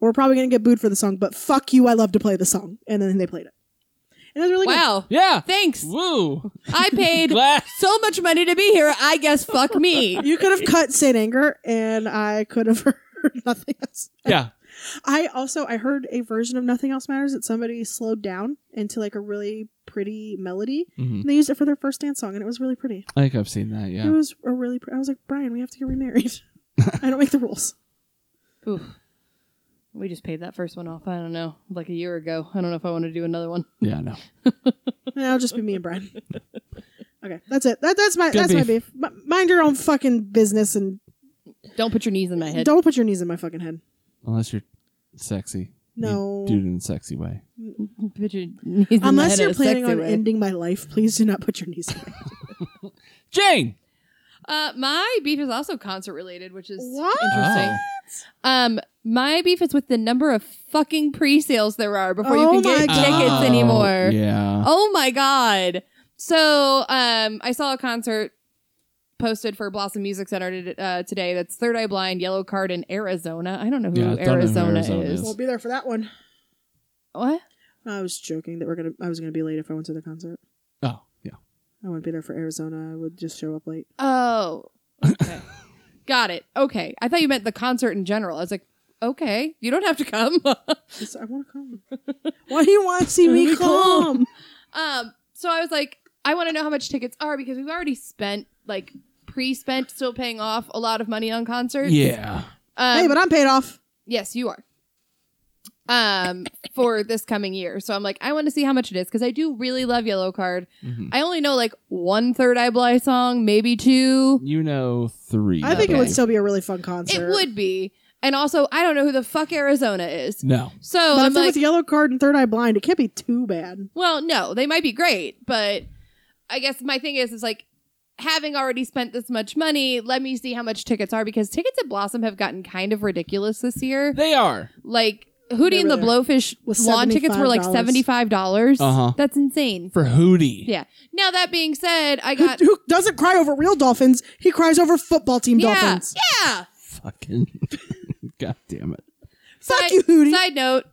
Speaker 2: we're probably gonna get booed for the song, but fuck you, I love to play the song." And then they played it, and it was really good.
Speaker 1: Wow.
Speaker 3: Yeah.
Speaker 1: Thanks.
Speaker 3: Woo.
Speaker 1: I paid
Speaker 3: Glad.
Speaker 1: so much money to be here. I guess fuck me.
Speaker 2: You could have cut Saint Anger, and I could have heard nothing else.
Speaker 3: Yeah.
Speaker 2: I also I heard a version of Nothing Else Matters that somebody slowed down into like a really pretty melody,
Speaker 3: Mhm.
Speaker 2: and they used it for their first dance song, and it was really pretty.
Speaker 3: I think I've seen that.
Speaker 2: It
Speaker 3: Yeah.
Speaker 2: was a really. Pr- I was like, Brian, we have to get remarried. I don't make the rules.
Speaker 1: Oof. We just paid that first one off. I don't know, like a year ago. I don't know if I want to do another one.
Speaker 3: Yeah. No.
Speaker 2: And I'll just be me and Brian. Okay, that's it. That, that's my
Speaker 3: Good
Speaker 2: that's my beef. M- Mind your own fucking business and
Speaker 1: Don't put your knees in my head.
Speaker 2: don't put your knees in my fucking head.
Speaker 3: Unless you're sexy. You
Speaker 2: No.
Speaker 3: do it in a sexy way.
Speaker 1: Don't put your knees in my head
Speaker 2: Unless
Speaker 1: in
Speaker 2: you're
Speaker 1: a
Speaker 2: planning
Speaker 1: sexy
Speaker 2: on
Speaker 1: way.
Speaker 2: ending my life, please do not put your knees in. my head.
Speaker 3: Jane.
Speaker 1: Uh, my beef is also concert related, which is
Speaker 2: What?
Speaker 1: interesting. Um, my beef is with the number of fucking pre-sales there are before
Speaker 2: Oh
Speaker 1: you can get
Speaker 2: my
Speaker 3: Oh.
Speaker 1: tickets
Speaker 2: God.
Speaker 1: anymore.
Speaker 3: Yeah.
Speaker 1: Oh my god! So um, I saw a concert posted for Blossom Music Center t- uh, today. That's Third Eye Blind, Yellow Card in Arizona. I don't know who
Speaker 3: Yeah, I don't know who
Speaker 1: Arizona,
Speaker 3: Arizona
Speaker 1: is.
Speaker 3: is.
Speaker 2: We'll be there for that one.
Speaker 1: What?
Speaker 2: I was joking that we're gonna. I was gonna be late if I went to the concert.
Speaker 3: Oh. Yeah.
Speaker 2: I wouldn't be there for Arizona. I would just show up late.
Speaker 1: Oh, okay. got it. Okay, I thought you meant the concert in general. I was like, okay, you don't have to come.
Speaker 2: Just- I want to come. Why do you want to see me come?
Speaker 1: Um, so I was like, I want to know how much tickets are because we've already spent like pre-spent, still paying off a lot of money on concerts.
Speaker 3: Yeah.
Speaker 1: Um,
Speaker 2: hey, but I'm paid off.
Speaker 1: yes, you are. Um, for this coming year, so I'm like, I want to see how much it is because I do really love Yellow Card.
Speaker 3: Mhm.
Speaker 1: I only know like one Third Eye Blind song, maybe two.
Speaker 3: You know three.
Speaker 2: I think it
Speaker 1: Okay.
Speaker 2: would still be a really fun concert.
Speaker 1: It would be, and also I don't know who the fuck Arizona is.
Speaker 3: No.
Speaker 1: So
Speaker 2: But
Speaker 1: I'm
Speaker 2: if it
Speaker 1: like,
Speaker 2: was Yellow Card and Third Eye Blind, it can't be too bad.
Speaker 1: Well, no, they might be great, but I guess my thing is is like having already spent this much money, let me see how much tickets are because tickets at Blossom have gotten kind of ridiculous this year.
Speaker 3: They are.
Speaker 1: Like Hootie and
Speaker 2: They
Speaker 1: the
Speaker 2: were there.
Speaker 1: Blowfish
Speaker 2: Was
Speaker 1: lawn tickets were like
Speaker 2: $75.
Speaker 1: seventy five dollars.
Speaker 3: Uh-huh.
Speaker 1: That's insane.
Speaker 3: For Hootie.
Speaker 1: Yeah. Now that being said, I
Speaker 2: Who,
Speaker 1: got
Speaker 2: who doesn't cry over real dolphins? He cries over football team
Speaker 1: yeah,
Speaker 2: dolphins.
Speaker 1: yeah.
Speaker 3: Fucking. God damn it.
Speaker 2: Fuck
Speaker 1: Side-
Speaker 2: you, Hootie.
Speaker 1: Side note,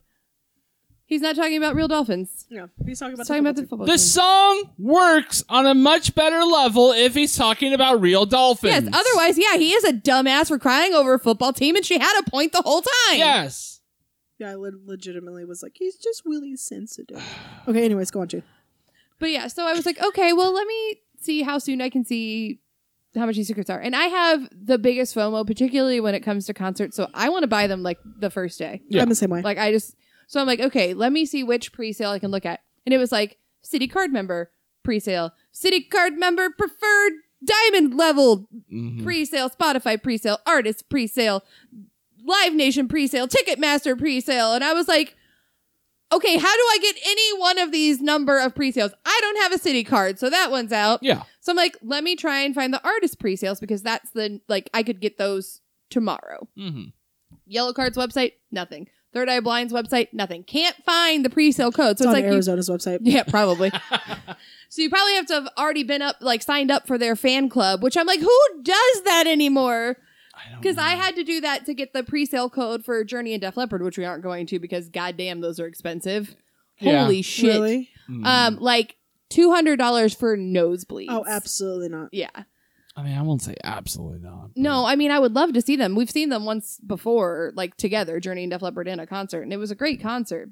Speaker 1: he's not talking about real dolphins.
Speaker 2: Yeah, he's talking
Speaker 1: He's talking about the football.
Speaker 3: The
Speaker 1: team.
Speaker 3: song works on a much better level if he's talking about real dolphins.
Speaker 1: Yes. Otherwise, yeah, he is a dumbass for crying over a football team, and she had a point the whole time.
Speaker 3: Yes.
Speaker 2: Yeah, I le- legitimately was like, he's just really sensitive. Okay, anyways, go on, Jay.
Speaker 1: But yeah, so I was like, okay, well, let me see how soon I can see how much these tickets are. And I have the biggest FOMO, particularly when it comes to concerts. So I want to buy them like the first day.
Speaker 3: Yeah.
Speaker 2: I'm the same way.
Speaker 1: Like I just, so I'm like, okay, let me see which pre-sale I can look at. And it was like city card member pre-sale, city card member preferred diamond level
Speaker 2: Hmm.
Speaker 3: Mhm.
Speaker 1: pre-sale, Spotify pre-sale, artist pre-sale, Live Nation pre-sale, Ticketmaster pre-sale, and I was like, okay, how do I get any one of these number of pre-sales? I don't have a city card, so that one's out.
Speaker 3: yeah.
Speaker 1: So I'm like, let me try and find the artist pre-sales because that's the like I could get those tomorrow.
Speaker 3: Mm-hmm.
Speaker 1: Yellow Card's website, nothing. Third Eye Blind's website, nothing. Can't find the pre-sale code,
Speaker 2: it's
Speaker 1: so it's,
Speaker 2: on
Speaker 1: like you
Speaker 2: Arizona's website.
Speaker 1: yeah, probably. so you probably have to have already been up, like signed up for their fan club, which I'm like, who does that anymore? Because I had to do that to get the pre-sale code for Journey and Def Leppard, which we aren't going to because goddamn, those are expensive.
Speaker 3: Yeah.
Speaker 1: Holy shit!
Speaker 2: Really?
Speaker 3: Mm.
Speaker 1: Um, like two hundred dollars for nosebleeds.
Speaker 2: Oh, absolutely not.
Speaker 1: Yeah.
Speaker 3: I mean, I won't say absolutely not. but-
Speaker 1: No, I mean, I would love to see them. We've seen them once before, like together, Journey and Def Leppard in a concert, and it was a great concert.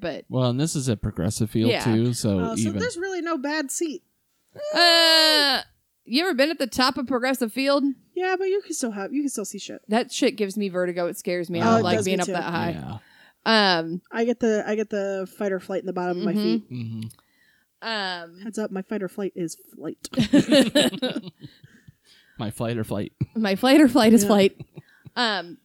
Speaker 1: But
Speaker 3: Well, and this is at Progressive Field
Speaker 2: Oh,
Speaker 1: Yeah.
Speaker 3: too, so
Speaker 2: Uh, so
Speaker 3: even
Speaker 2: there's really no bad seat.
Speaker 1: uh, You ever been at the top of Progressive Field?
Speaker 2: Yeah, but you can still have you can still see shit.
Speaker 1: That shit gives me vertigo. It scares me.
Speaker 3: Oh,
Speaker 1: I
Speaker 3: it
Speaker 1: don't like
Speaker 2: does
Speaker 1: being
Speaker 2: me
Speaker 1: up
Speaker 2: too.
Speaker 1: that high.
Speaker 3: Yeah.
Speaker 1: Um,
Speaker 2: I get the I get the fight or flight in the bottom of my
Speaker 1: Mhm.
Speaker 2: feet.
Speaker 3: hmm
Speaker 1: um,
Speaker 2: Heads up, my fight or flight is flight.
Speaker 3: My flight or flight.
Speaker 1: my flight or flight is
Speaker 2: Yeah.
Speaker 1: flight. Um,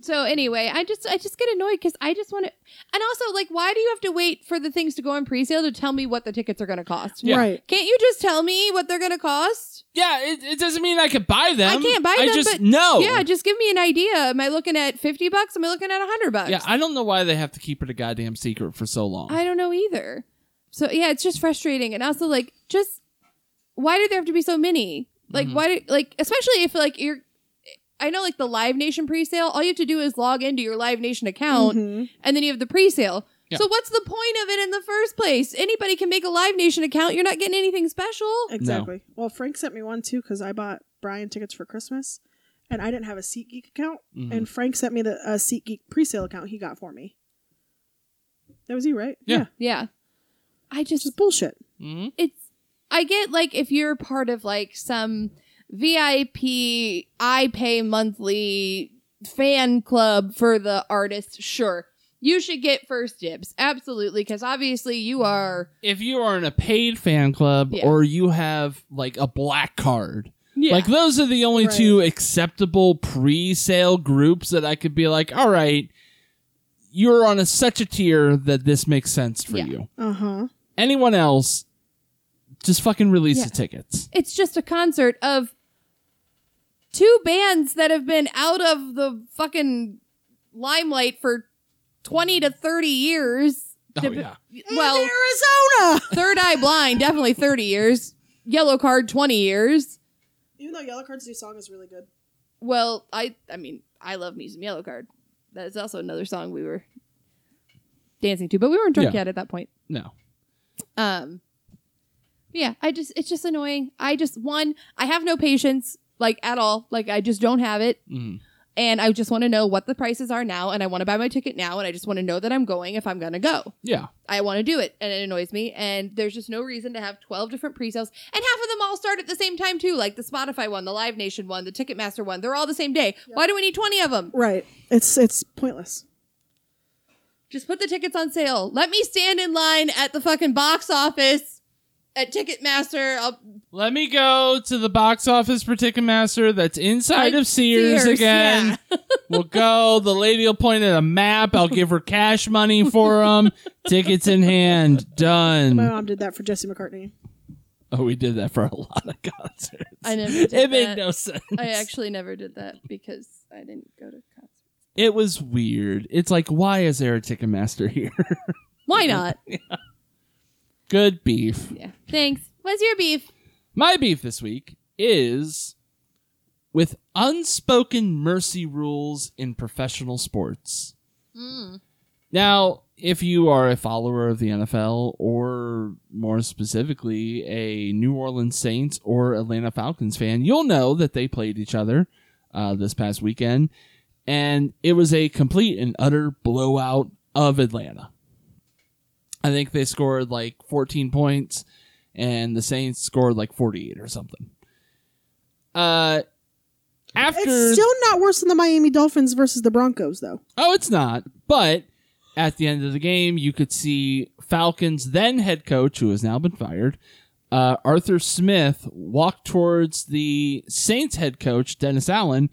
Speaker 1: so anyway, I just I just get annoyed because I just want to, and also like, why do you have to wait for the things to go on pre-sale to tell me what the tickets are going to cost?
Speaker 3: Yeah.
Speaker 2: Right.
Speaker 1: Can't you just tell me what they're going to cost?
Speaker 3: Yeah, it, it doesn't mean I could buy them.
Speaker 1: I can't buy
Speaker 3: I
Speaker 1: them,
Speaker 3: just
Speaker 1: but-
Speaker 3: no.
Speaker 1: Yeah, just give me an idea. Am I looking at fifty bucks? Am I looking at hundred bucks?
Speaker 3: yeah. I don't know why they have to keep it a goddamn secret for so long.
Speaker 1: I don't know either. So yeah, it's just frustrating, and also like, just why do there have to be so many? Like,
Speaker 3: Mhm.
Speaker 1: why? Do, like, especially if like you're, I know like the Live Nation presale. All you have to do is log into your Live Nation account,
Speaker 2: Mhm.
Speaker 1: and then you have the presale.
Speaker 3: Yeah.
Speaker 1: So what's the point of it in the first place? Anybody can make a Live Nation account. You're not getting anything special.
Speaker 2: Exactly. Well, Frank sent me one too because I bought Brian tickets for Christmas, and I didn't have a SeatGeek account,
Speaker 3: Mhm.
Speaker 2: and Frank sent me the a SeatGeek presale account he got for me. That was you, right?
Speaker 3: Yeah.
Speaker 1: Yeah, I
Speaker 2: It's
Speaker 1: just
Speaker 2: just bullshit.
Speaker 3: Mhm.
Speaker 1: it's I get like if you're part of like some VIP I pay monthly fan club for the artist, sure. You should get first dibs. Absolutely, cuz obviously you are
Speaker 3: If you are in a paid fan club
Speaker 1: Yeah.
Speaker 3: or you have like a black card,
Speaker 1: yeah.
Speaker 3: Like those are the only
Speaker 2: Right.
Speaker 3: two acceptable pre-sale groups that I could be like, all right, you're on a, such a tier that this makes sense for
Speaker 1: Yeah.
Speaker 3: you.
Speaker 2: Uh huh.
Speaker 3: Anyone else, just fucking release
Speaker 1: Yeah.
Speaker 3: the tickets.
Speaker 1: it's just a concert of two bands that have been out of the fucking limelight for 20 to 30 years.
Speaker 3: Oh
Speaker 1: Dep-
Speaker 3: yeah,
Speaker 1: Well,
Speaker 2: Arizona.
Speaker 1: Third Eye Blind definitely 30 years. Yellow Card 20 years.
Speaker 2: Even though Yellow Card's new song is really good.
Speaker 1: Well, I I mean, I love me some Yellow Card. That is also another song we were dancing to, but we weren't drunk
Speaker 3: Yeah.
Speaker 1: yet at that point.
Speaker 3: no,
Speaker 1: Um Yeah, I just it's just annoying. I just one, I have no patience like at all. Like I just don't have it
Speaker 3: Mhm.
Speaker 1: and I just want to know what the prices are now and I want to buy my ticket now and I just want to know that I'm going if I'm going to go.
Speaker 3: yeah,
Speaker 1: I want to do it and it annoys me and there's just no reason to have 12 different pre-sales and half of them all start at the same time too like the Spotify one, the Live Nation one, the Ticketmaster one. They're all the same day. Why do we need 20 of them?
Speaker 2: Right. It's it's pointless.
Speaker 1: Just put the tickets on sale. Let me stand in line at the fucking box office at Ticketmaster. I'll
Speaker 3: Let me go to the box office for Ticketmaster that's inside
Speaker 1: I-
Speaker 3: of Sears,
Speaker 1: Sears,
Speaker 3: again. we'll go. The lady will point at a map. I'll give her cash money for them. Tickets in hand.
Speaker 2: My
Speaker 3: Done.
Speaker 2: mom did that for Jesse McCartney.
Speaker 3: Oh, we did that for a lot of concerts.
Speaker 1: I never did
Speaker 3: it made
Speaker 1: that.
Speaker 3: no sense.
Speaker 1: I actually never did that because I didn't go to concerts.
Speaker 3: It was weird. It's like, why is there a Ticketmaster here?
Speaker 1: Why not?
Speaker 3: Good beef.
Speaker 1: Yeah. Thanks. What's your beef?
Speaker 3: My beef this week is with unspoken mercy rules in professional sports.
Speaker 1: Mm.
Speaker 3: Now, if you are a follower of the NFL, or more specifically, a New Orleans Saints or Atlanta Falcons fan, you'll know that they played each other uh, this past weekend, and it was a complete and utter blowout of Atlanta. I think they scored like 14 points, and the Saints scored like 48 or something. Uh, after
Speaker 2: It's still not worse than the Miami Dolphins versus the Broncos, though.
Speaker 3: Oh, it's not. But at the end of the game, you could see Falcons then head coach, who has now been fired, uh, Arthur Smith, walk towards the Saints head coach Dennis Allen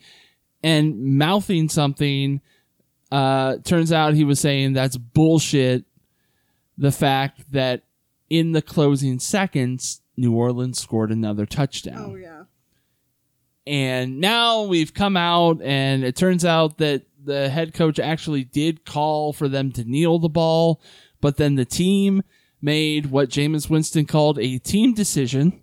Speaker 3: and mouthing something. Uh, turns out he was saying that's bullshit. The fact that in the closing seconds, New Orleans scored another touchdown
Speaker 2: Oh, yeah.
Speaker 3: and now we've come out and it turns out that the head coach actually did call for them to kneel the ball but then the team made what Jameis Winston called a team decision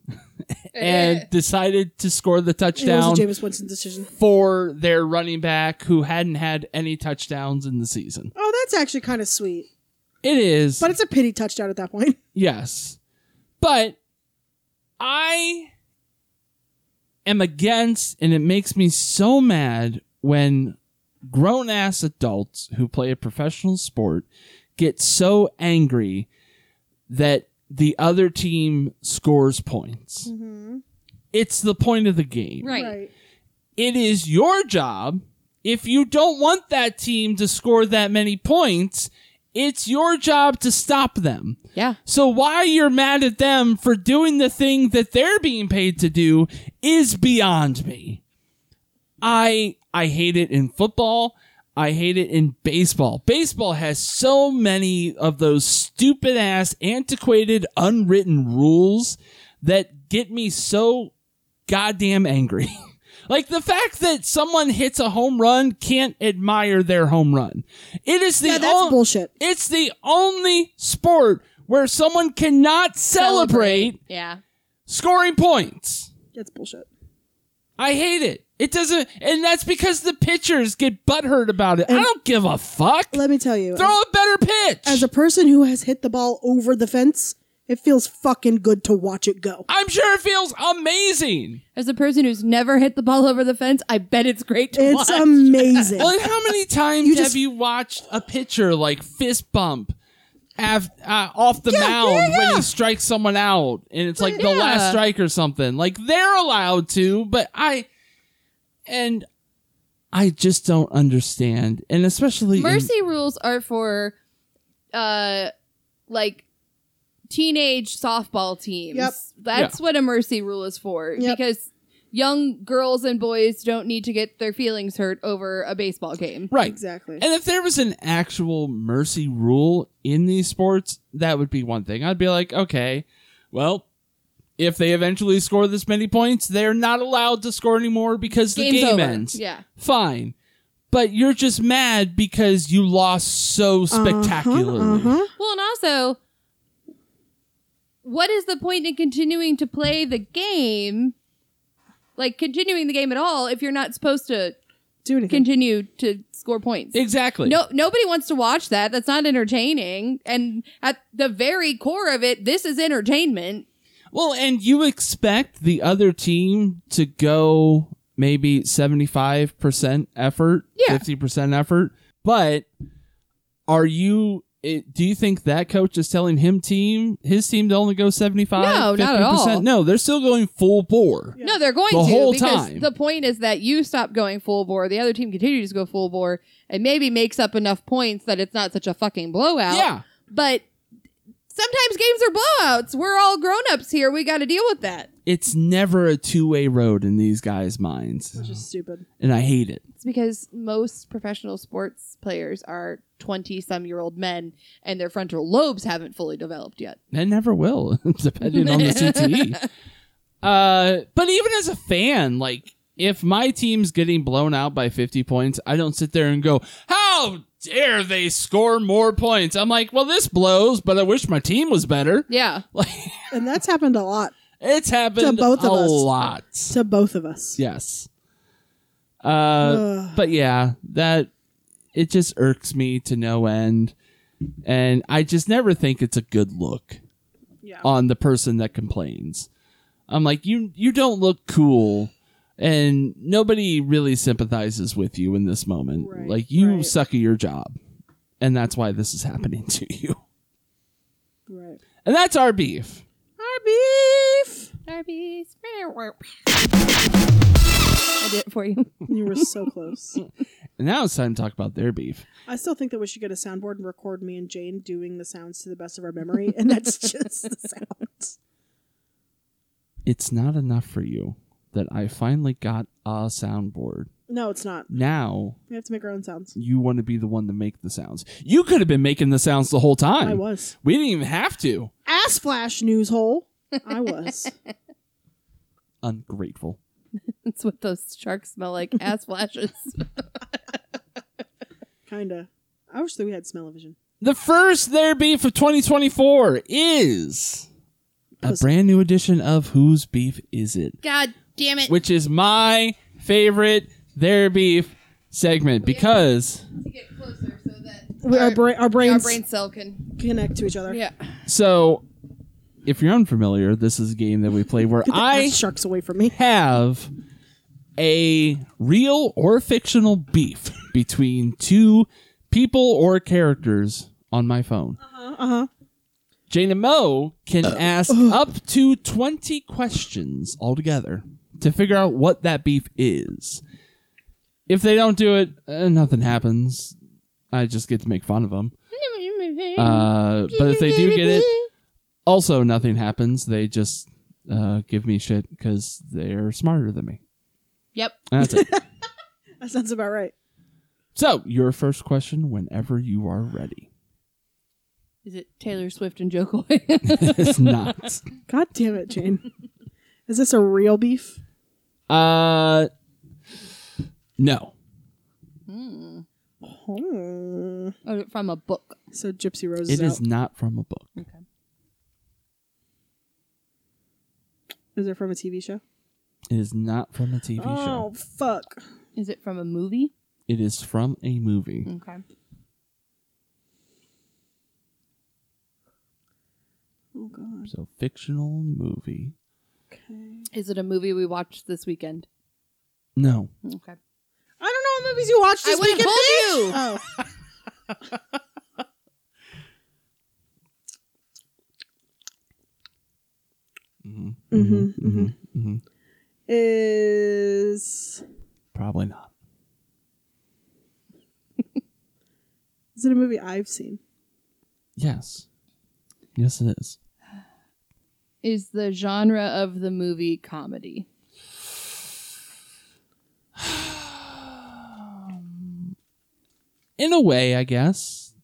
Speaker 3: and decided to score the
Speaker 2: It
Speaker 3: touchdown
Speaker 2: was a Jameis Winston decision.
Speaker 3: for their running back who hadn't had any touchdowns in the season.
Speaker 2: Oh, that's actually kind of sweet.
Speaker 3: It is
Speaker 2: But it's a pity touchdown at that point.
Speaker 3: Yes. But I am against, and it makes me so mad when grown ass adults who play a professional sport get so angry that the other team scores points.
Speaker 2: Mm-hmm.
Speaker 3: It's the point of the game.
Speaker 1: Right.
Speaker 3: It is your job. If you don't want that team to score that many points, it's your job to stop them.
Speaker 1: Yeah.
Speaker 3: So why you're mad at them for doing the thing that they're being paid to do is beyond me. I I hate it in football. I hate it in baseball. Baseball has so many of those stupid ass antiquated unwritten rules that get me so goddamn angry. like the fact that someone hits a home run can't admire their home run. It is the
Speaker 2: Yeah, that's
Speaker 3: on-
Speaker 2: bullshit.
Speaker 3: it's the only sport where someone cannot celebrate
Speaker 1: Yeah.
Speaker 3: scoring points.
Speaker 2: That's bullshit.
Speaker 3: I hate it. It doesn't, and that's because the pitchers get butthurt about it. I don't give a fuck.
Speaker 2: Let me tell you,
Speaker 3: Throw a better pitch.
Speaker 2: as a person who has hit the ball over the fence, it feels fucking good to watch it go.
Speaker 3: I'm sure it feels amazing.
Speaker 1: As a person who's never hit the ball over the fence, I bet it's great to
Speaker 2: It's
Speaker 1: watch.
Speaker 2: amazing.
Speaker 3: Well, and how many times
Speaker 2: You
Speaker 3: have
Speaker 2: just-
Speaker 3: you watched a pitcher like fist bump af- uh, off the mound when he strikes someone out, and it's like the
Speaker 1: Yeah.
Speaker 3: last strike or something? Like they're allowed to, but I and I just don't understand, and especially in-
Speaker 1: Mercy rules are for uh like teenage softball teams.
Speaker 2: Yep.
Speaker 1: That's what a mercy rule is for
Speaker 2: Yep.
Speaker 1: because young girls and boys don't need to get their feelings hurt over a baseball game.
Speaker 3: right?
Speaker 2: exactly.
Speaker 3: And if there was an actual mercy rule in these sports, that would be one thing. I'd be like, okay, well, if they eventually score this many points, they're not allowed to score anymore because the
Speaker 1: Game's
Speaker 3: game
Speaker 1: over.
Speaker 3: ends.
Speaker 1: Yeah.
Speaker 3: Fine. But you're just mad because you lost so
Speaker 1: Uh-huh,
Speaker 3: spectacularly.
Speaker 2: Uh-huh,
Speaker 1: Well, and also what is the point in continuing to play the game? Like continuing the game at all if you're not supposed to
Speaker 2: Do anything.
Speaker 1: continue to score points.
Speaker 3: Exactly.
Speaker 1: No, nobody wants to watch that. That's not entertaining. And at the very core of it, this is entertainment.
Speaker 3: Well, and you expect the other team to go maybe 75% effort,
Speaker 1: Yeah.
Speaker 3: 50% effort, but are you it, do you think that coach is telling him team his team to only go 75
Speaker 1: No, not at all.
Speaker 3: No, they're still going full bore.
Speaker 2: Yeah.
Speaker 1: No, they're going
Speaker 3: The
Speaker 1: to
Speaker 3: whole
Speaker 1: because
Speaker 3: time.
Speaker 1: the point is that you stop going full bore, the other team continues to go full bore, and maybe makes up enough points that it's not such a fucking blowout.
Speaker 3: Yeah.
Speaker 1: But sometimes games are blowouts. We're all grown ups here. We got to deal with that.
Speaker 3: It's never a two-way road in these guys'
Speaker 2: Which
Speaker 3: minds,
Speaker 2: is stupid.
Speaker 3: and I hate it.
Speaker 1: It's because most professional sports players are 20 some year old men and their frontal lobes haven't fully developed yet.
Speaker 3: It never will, depending on the CTE. Uh, but even as a fan, like if my team's getting blown out by 50 points, I don't sit there and go, "How dare they score more points?" I'm like, "Well, this blows, but I wish my team was better."
Speaker 1: Yeah.
Speaker 3: Like
Speaker 2: And that's happened a lot
Speaker 3: it's happened
Speaker 2: To both
Speaker 3: a
Speaker 2: of us.
Speaker 3: lot.
Speaker 2: to both of us.
Speaker 3: Yes. Uh,
Speaker 2: Ugh.
Speaker 3: but yeah, that it just irks me to no end, and I just never think it's a good look.
Speaker 2: yeah.
Speaker 3: on the person that complains. I'm like, you you don't look cool, and nobody really sympathizes with you in this moment.
Speaker 2: Right,
Speaker 3: like you
Speaker 2: right.
Speaker 3: suck at your job, and that's why this is happening to you.
Speaker 2: Right.
Speaker 3: And that's our beef.
Speaker 2: Our beef.
Speaker 1: Arby's. I did it for you.
Speaker 2: You were so close.
Speaker 3: And now it's time to talk about their beef.
Speaker 2: I still think that we should get a soundboard and record me and Jane doing the sounds to the best of our memory, and that's just the sounds.
Speaker 3: It's not enough for you that I finally got a soundboard.
Speaker 2: No, it's not.
Speaker 3: Now
Speaker 2: We have to make our own sounds.
Speaker 3: you want to be the one to make the sounds. You could have been making the sounds the whole time.
Speaker 2: I was.
Speaker 3: We didn't even have to.
Speaker 2: Ass flash news hole. I was.
Speaker 3: Ungrateful.
Speaker 1: That's what those sharks smell like ass flashes.
Speaker 2: Kinda. I wish that we had smell-o-vision.
Speaker 3: The first There Beef of 2024 is a
Speaker 2: Pussy.
Speaker 3: brand new edition of Whose Beef Is It?
Speaker 1: God damn it.
Speaker 3: Which is my favorite There Beef segment because
Speaker 1: To get closer so that
Speaker 2: We- Our, bra- our brains
Speaker 1: cell can.
Speaker 2: connect to each other.
Speaker 1: Yeah.
Speaker 3: so if you're unfamiliar, this is a game that we play where
Speaker 2: Get the
Speaker 3: I
Speaker 2: ass sharks away from me.
Speaker 3: have a real or fictional beef between two people or characters on my phone.
Speaker 2: Uh huh.
Speaker 3: Jane and Mo can ask up to 20 questions altogether to figure out what that beef is. If they don't do it, uh, nothing happens. I just get to make fun of them. Uh, but if they do get it, also nothing happens. They just uh, give me shit because they're smarter than me.
Speaker 1: Yep.
Speaker 3: And That's it.
Speaker 2: That sounds about right.
Speaker 3: so, your first question whenever you are ready.
Speaker 1: Is it Taylor Swift and Joe Coy?
Speaker 3: it's not.
Speaker 2: God damn it, Jane. Is this a real beef?
Speaker 3: Uh, no.
Speaker 2: Hmm.
Speaker 1: Or From a book.
Speaker 2: So Gypsy Rose
Speaker 3: It
Speaker 2: is,
Speaker 3: is
Speaker 2: out.
Speaker 3: not from a book.
Speaker 1: Okay.
Speaker 2: Is it from a TV show?
Speaker 3: It is not from a TV
Speaker 2: oh
Speaker 3: show.
Speaker 2: fuck!
Speaker 1: Is it from a movie?
Speaker 3: It is from a movie.
Speaker 1: Okay.
Speaker 2: Oh god.
Speaker 3: So fictional movie.
Speaker 2: Okay.
Speaker 1: Is it a movie we watched this weekend?
Speaker 3: No.
Speaker 1: Okay.
Speaker 2: I don't know what movies you watched
Speaker 1: I
Speaker 2: this
Speaker 1: would've
Speaker 2: weekend.
Speaker 1: told
Speaker 2: bitch!
Speaker 1: you.
Speaker 2: Oh.
Speaker 3: Mm-hmm. Mm-hmm. Mm-hmm.
Speaker 2: Is
Speaker 3: Probably not.
Speaker 2: is it a movie I've seen?
Speaker 3: Yes. Yes, it is.
Speaker 1: Is the genre of the movie comedy?
Speaker 3: In a way, I guess.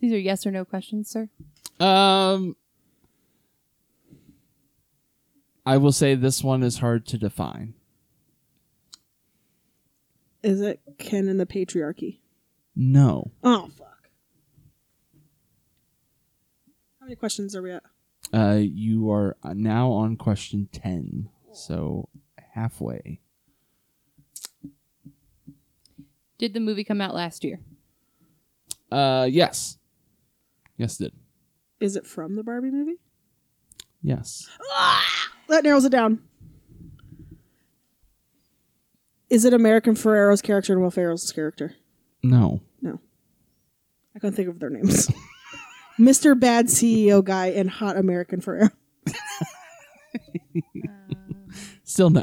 Speaker 1: These are yes or no questions, sir.
Speaker 3: Um, I will say this one is hard to define.
Speaker 2: Is it Ken and the Patriarchy?
Speaker 3: No.
Speaker 2: Oh fuck! How many questions are we at?
Speaker 3: Uh, you are now on question 10, so halfway.
Speaker 1: Did the movie come out last year?
Speaker 3: Uh, yes. Yes, it did.
Speaker 2: Is it from the Barbie movie?
Speaker 3: Yes.
Speaker 2: That narrows it down. Is it American Ferrero's character and Will Ferrell's character?
Speaker 3: No.
Speaker 2: No. I couldn't think of their names. Mr. Bad CEO Guy and Hot American Ferrero.
Speaker 3: Still no.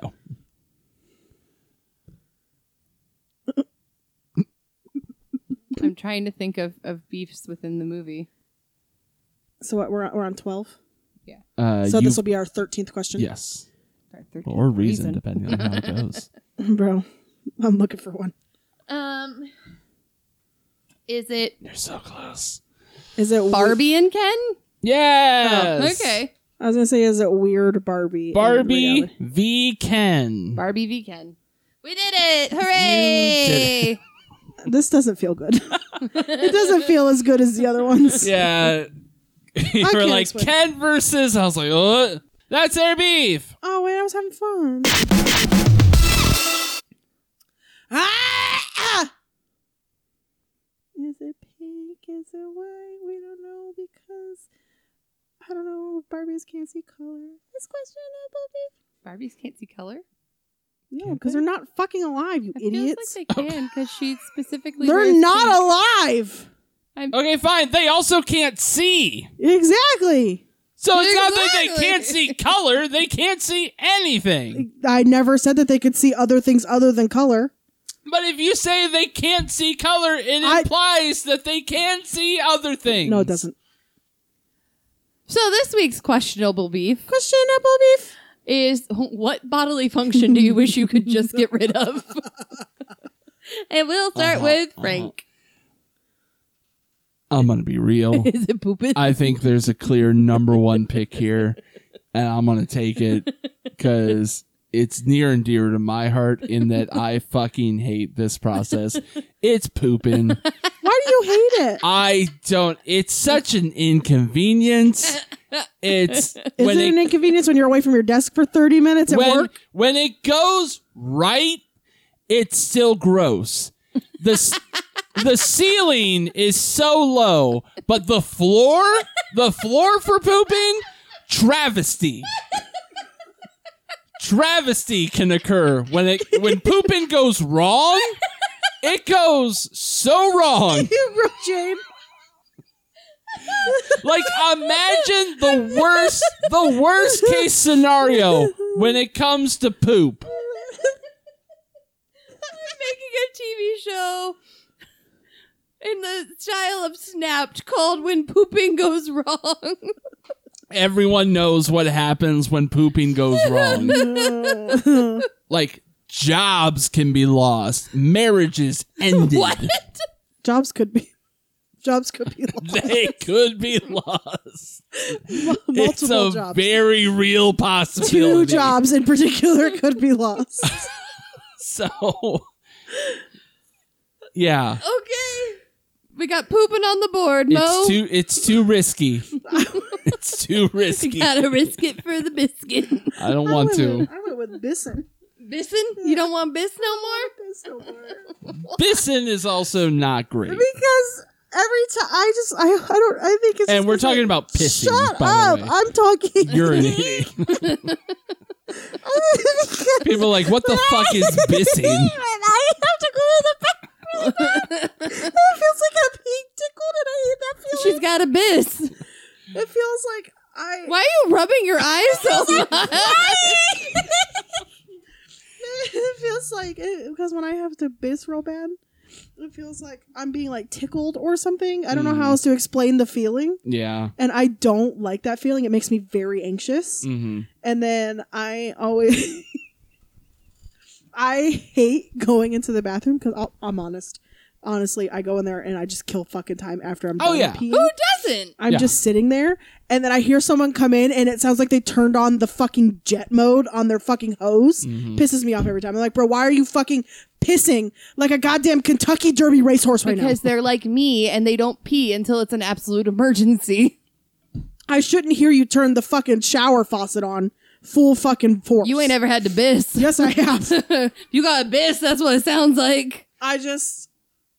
Speaker 1: I'm trying to think of, of beefs within the movie.
Speaker 2: So what, we're, on- we're on 12?
Speaker 3: Uh,
Speaker 2: so
Speaker 3: you-
Speaker 2: this will be our 13th question?
Speaker 3: Yes.
Speaker 1: Or 13th
Speaker 3: Or reason, depending on how it goes.
Speaker 2: Bro, I'm looking for one.
Speaker 1: Um, is it
Speaker 3: You're so close.
Speaker 2: Is it we-
Speaker 1: Barbie and Ken?
Speaker 3: Yes.
Speaker 1: Oh, okay.
Speaker 2: I was going to say, is it weird Barbie? in
Speaker 3: Barbie
Speaker 2: reality?
Speaker 3: v Ken.
Speaker 1: Barbie v Ken. We did it!
Speaker 3: did
Speaker 1: Hooray!
Speaker 2: This doesn't feel good. it doesn't feel as good as the other ones.
Speaker 3: Yeah. you
Speaker 2: I
Speaker 3: were
Speaker 2: can't
Speaker 3: like
Speaker 2: explain.
Speaker 3: Ken versus. I was like, oh, that's their beef.
Speaker 2: Oh, wait, I was having fun. Ah! Is it pink? Is it white? We don't know because I don't know. Barbies can't see color. This question
Speaker 1: Barbies can't see color.
Speaker 2: No,
Speaker 3: Can't
Speaker 2: because
Speaker 3: they?
Speaker 2: they're not fucking alive, you
Speaker 1: I
Speaker 2: idiots.
Speaker 1: Feels like they can because she specifically.
Speaker 2: they're
Speaker 1: wears
Speaker 2: not
Speaker 1: pink.
Speaker 2: alive.
Speaker 3: Okay, fine. They also can't see.
Speaker 2: Exactly.
Speaker 3: So it's not that they
Speaker 1: Exactly.
Speaker 3: can't see color, they can't see anything.
Speaker 2: I never said that they could see other things other than color.
Speaker 3: But if you say they can't see color, it
Speaker 2: I-
Speaker 3: implies that they can see other things.
Speaker 2: No, it doesn't.
Speaker 1: So this week's questionable beef
Speaker 2: Questionable beef.
Speaker 1: is what bodily function do you wish you could just get rid of? and we'll start
Speaker 3: Uh-huh,
Speaker 1: with
Speaker 3: uh-huh.
Speaker 1: Frank.
Speaker 3: I'm going to be real.
Speaker 1: Is it pooping?
Speaker 3: I think there's a clear number one pick here, and I'm gonna take it because it's near and dear to my heart in that I fucking hate this process. It's pooping.
Speaker 2: Why do you hate it?
Speaker 3: I don't. It's such an inconvenience. It's
Speaker 2: Is
Speaker 3: when
Speaker 2: it an
Speaker 3: it,
Speaker 2: inconvenience when you're away from your desk for 30 minutes at
Speaker 3: when
Speaker 2: work?
Speaker 3: when it goes right, it's still gross. The s- the ceiling is so low, but the floor, the floor for pooping, travesty. Travesty can occur when it when pooping goes wrong. It goes so wrong.
Speaker 2: You wrote Jane.
Speaker 3: Like imagine the worst the worst case scenario when it comes to poop.
Speaker 1: making a TV show in the style of Snapped called When Pooping Goes Wrong.
Speaker 3: Everyone knows what happens when pooping goes wrong.
Speaker 2: Uh,
Speaker 3: Like jobs can be lost, marriages ended.
Speaker 1: What?
Speaker 2: jobs could be jobs could be lost.
Speaker 3: They could be lost.
Speaker 2: multiple
Speaker 3: it's a
Speaker 2: jobs.
Speaker 3: very real possibility.
Speaker 2: Two jobs in particular could be lost.
Speaker 3: So Yeah.
Speaker 1: Okay. We got pooping on the board, Mo.
Speaker 3: It's too it's too risky. it's too risky.
Speaker 1: Gotta risk it for the biscuit.
Speaker 3: I don't
Speaker 2: I
Speaker 3: want
Speaker 2: went
Speaker 3: to.
Speaker 2: With, I went with Bisson.
Speaker 1: Bissin? You don't want bis no more?
Speaker 3: Bisson is also not great.
Speaker 2: because every time I just I I don't I think it's
Speaker 3: And we're
Speaker 2: just like-
Speaker 3: talking about pissing.
Speaker 2: Shut
Speaker 3: by
Speaker 2: up!
Speaker 3: The way.
Speaker 2: I'm talking.
Speaker 3: You're an idiot. People are like, what the fuck is
Speaker 2: I
Speaker 3: bissing?
Speaker 2: have to go to the bathroom. It feels like I'm being tickled, and I hate that
Speaker 1: She's
Speaker 2: feeling.
Speaker 1: got a bis.
Speaker 2: it feels like I.
Speaker 1: Why are you rubbing your eyes so much?
Speaker 2: It feels like it, because when I have to piss real bad, it feels like I'm being like tickled or something. I don't
Speaker 3: Mm.
Speaker 2: know how else to explain the feeling,
Speaker 3: Yeah.
Speaker 2: and I don't like that feeling. It makes me very anxious.
Speaker 3: hmm
Speaker 2: And then I always I hate going into the bathroom because I'm honest. Honestly, I go in there and I just kill fucking time after I'm
Speaker 3: Oh,
Speaker 2: done
Speaker 3: yeah.
Speaker 2: peeing.
Speaker 1: Who doesn't?
Speaker 2: I'm
Speaker 3: Yeah.
Speaker 2: just sitting there and then I hear someone come in and it sounds like they turned on the fucking jet mode on their fucking hose. Pisses me off every time. I'm like, bro, why are you fucking pissing like a goddamn Kentucky Derby racehorse right
Speaker 1: Because
Speaker 2: now?
Speaker 1: they're like me and they don't pee until it's an absolute emergency.
Speaker 2: I shouldn't hear you turn the fucking shower faucet on full fucking force.
Speaker 1: You ain't ever had to bis.
Speaker 2: Yes, I have.
Speaker 1: you got a bis, that's what it sounds like.
Speaker 2: I just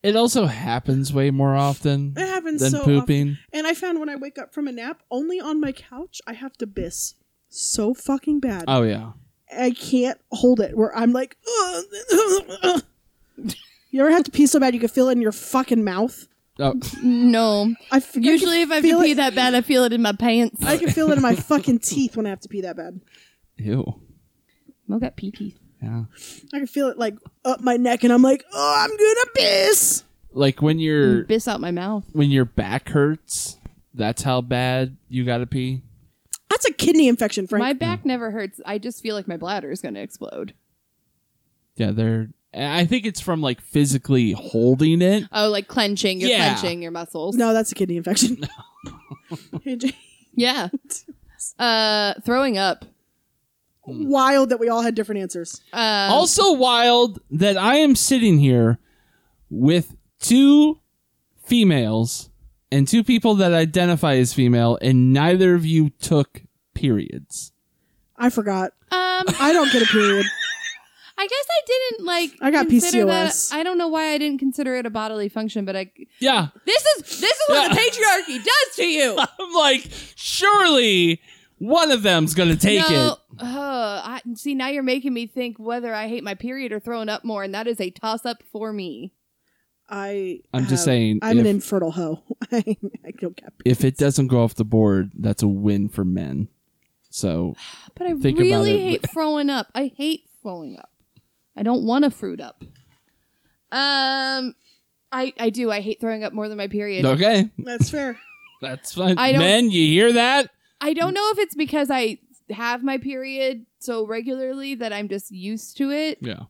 Speaker 3: It also happens way more often
Speaker 2: It happens
Speaker 3: than
Speaker 2: so
Speaker 3: pooping.
Speaker 2: And I found when I wake up from a nap, only on my couch, I have to piss so fucking bad.
Speaker 3: Oh, yeah.
Speaker 2: I can't hold it. Where I'm like, you ever have to pee so bad you can feel it in your fucking mouth?
Speaker 3: Oh,
Speaker 1: No.
Speaker 2: I f- I can
Speaker 1: Usually if I have
Speaker 2: feel
Speaker 1: to pee
Speaker 2: it-
Speaker 1: that bad, I feel it in my pants.
Speaker 2: I can feel it in my fucking teeth when I have to pee that bad.
Speaker 3: ew.
Speaker 1: Mo got pee teeth.
Speaker 3: Yeah.
Speaker 2: I can feel it like up my neck, and I'm like, oh, I'm gonna piss.
Speaker 3: Like when your
Speaker 1: Bis out my mouth.
Speaker 3: when your back hurts, that's how bad you gotta pee.
Speaker 2: That's a kidney infection, Frank.
Speaker 1: My back never hurts. I just feel like my bladder is going to explode.
Speaker 3: Yeah, they're. and I think it's from like physically holding it.
Speaker 1: Oh, like clenching. You're
Speaker 3: Yeah.
Speaker 1: clenching your muscles.
Speaker 2: no, that's a kidney infection. AJ,
Speaker 1: Yeah. Uh, throwing up. Hmm.
Speaker 2: wild that we all had different answers.
Speaker 1: Uh,
Speaker 3: also wild that I am sitting here with two females and two people that identify as female, and neither of you took periods.
Speaker 2: I forgot.
Speaker 1: um,
Speaker 2: I don't get a period.
Speaker 1: I guess I didn't like.
Speaker 2: I got
Speaker 1: consider that-
Speaker 2: PCOS.
Speaker 1: I don't know why I didn't consider it a bodily function, but I.
Speaker 3: Yeah,
Speaker 1: This is this is what the patriarchy does to you.
Speaker 3: I'm like, surely one of them's gonna take
Speaker 1: no, uh, I, see now you're making me think whether I hate my period or throwing up more, and that is a toss up for me.
Speaker 2: I.
Speaker 3: I'm just
Speaker 2: have-
Speaker 3: saying,
Speaker 2: I'm an
Speaker 3: if-
Speaker 2: infertile hoe. I, I don't get.
Speaker 3: it. If it doesn't go off the board, that's a win for men. So
Speaker 1: But I
Speaker 3: Think about
Speaker 1: really
Speaker 3: it.
Speaker 1: hate throwing up. I hate throwing up. I don't want to fruit up. Um, I I do. I hate throwing up more than my period.
Speaker 3: okay,
Speaker 2: That's fair.
Speaker 3: that's fine.
Speaker 1: I don't-
Speaker 3: Men, you hear that?
Speaker 1: I don't know if it's because I have my period so regularly that I'm just used to it.
Speaker 3: Yeah.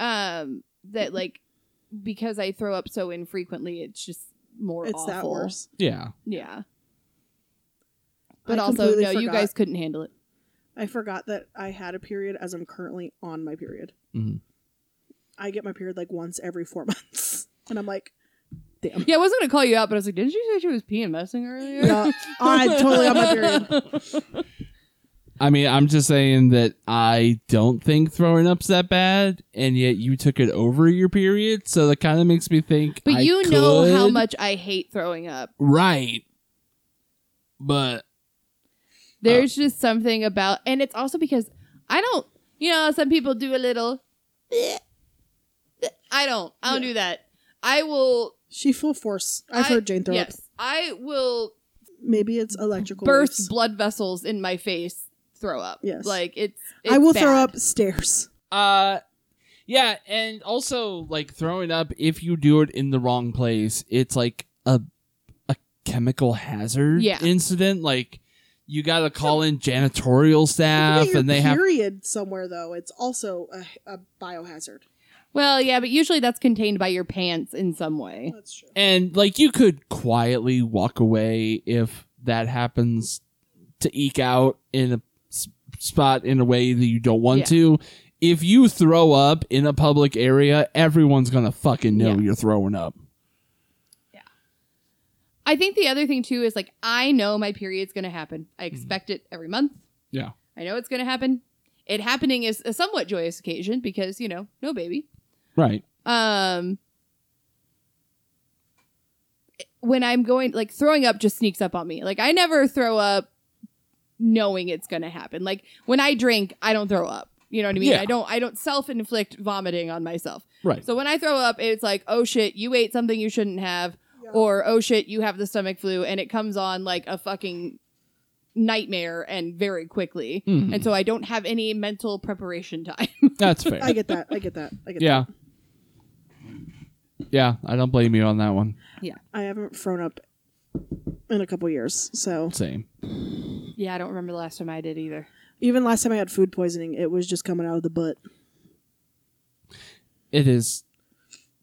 Speaker 1: Um, that like because I throw up so infrequently, it's just more.
Speaker 2: it's that
Speaker 1: awful.
Speaker 2: worse.
Speaker 3: Yeah.
Speaker 1: Yeah. But
Speaker 2: I
Speaker 1: also,
Speaker 2: completely
Speaker 1: no, you
Speaker 2: forgot.
Speaker 1: guys couldn't handle it.
Speaker 2: I forgot that I had a period as I'm currently on my period.
Speaker 3: Mhm.
Speaker 2: I get my period like once every four months, and I'm like, damn.
Speaker 1: Yeah, I wasn't gonna call you out, but I was like, didn't you say she was peeing messing earlier?
Speaker 2: Yeah, I'm totally on my period.
Speaker 3: I mean, I'm just saying that I don't think throwing up's that bad, and yet you took it over your period, so that kind of makes me think.
Speaker 1: But
Speaker 3: I
Speaker 1: you know how
Speaker 3: could-
Speaker 1: much I hate throwing up.
Speaker 3: right? But
Speaker 1: There's just something about, and it's also because I don't, you know, some people do a little. I don't. I don't do that. I will.
Speaker 2: She full force. I've
Speaker 1: I-
Speaker 2: heard Jane throw
Speaker 1: Yes, I will
Speaker 2: Maybe it's electrical.
Speaker 1: burst
Speaker 2: waves.
Speaker 1: blood vessels in my face, throw up.
Speaker 2: Yes.
Speaker 1: Like it's,
Speaker 2: I
Speaker 1: it's
Speaker 2: will
Speaker 1: bad.
Speaker 2: throw up stairs.
Speaker 3: Uh yeah, and also like throwing up if you do it in the wrong place, it's like a a chemical hazard
Speaker 1: Yeah.
Speaker 3: incident. Like you got to call in janitorial
Speaker 2: If
Speaker 3: staff,
Speaker 2: you get
Speaker 3: and they
Speaker 2: your
Speaker 3: have
Speaker 2: period somewhere though. It's also a, a biohazard.
Speaker 1: Well, yeah, but usually that's contained by your pants in some way.
Speaker 2: That's true.
Speaker 3: and like you could quietly walk away if that happens to eke out in a s- spot in a way that you don't want
Speaker 1: Yeah.
Speaker 3: to. If you throw up in a public area, everyone's gonna fucking know
Speaker 1: Yeah.
Speaker 3: you're throwing up.
Speaker 1: I think the other thing too is like I know my period's going to happen. I expect it every month.
Speaker 3: Mm-hmm. Yeah.
Speaker 1: I know it's going to happen. It happening is a somewhat joyous occasion because, you know, no baby.
Speaker 3: Right.
Speaker 1: Um when I'm going like throwing up just sneaks up on me. Like I never throw up knowing it's going to happen. Like when I drink, I don't throw up. You know what I mean?
Speaker 3: Yeah.
Speaker 1: I don't I don't self-inflict vomiting on myself.
Speaker 3: Right.
Speaker 1: So when I throw up, it's like, "Oh shit, you ate something you shouldn't have."
Speaker 2: Yeah.
Speaker 1: Or, "Oh shit, you have the stomach flu." And it comes on like a fucking nightmare and very quickly.
Speaker 3: Mhm.
Speaker 1: And so I don't have any mental preparation time.
Speaker 3: That's fair.
Speaker 2: I get that. I get that. I get
Speaker 3: Yeah.
Speaker 2: that.
Speaker 3: Yeah, I don't blame you on that one.
Speaker 2: I haven't thrown up in a couple years. So
Speaker 3: Same.
Speaker 1: yeah, I don't remember the last time I did either.
Speaker 2: even last time I had food poisoning, it was just coming out of the butt.
Speaker 3: It is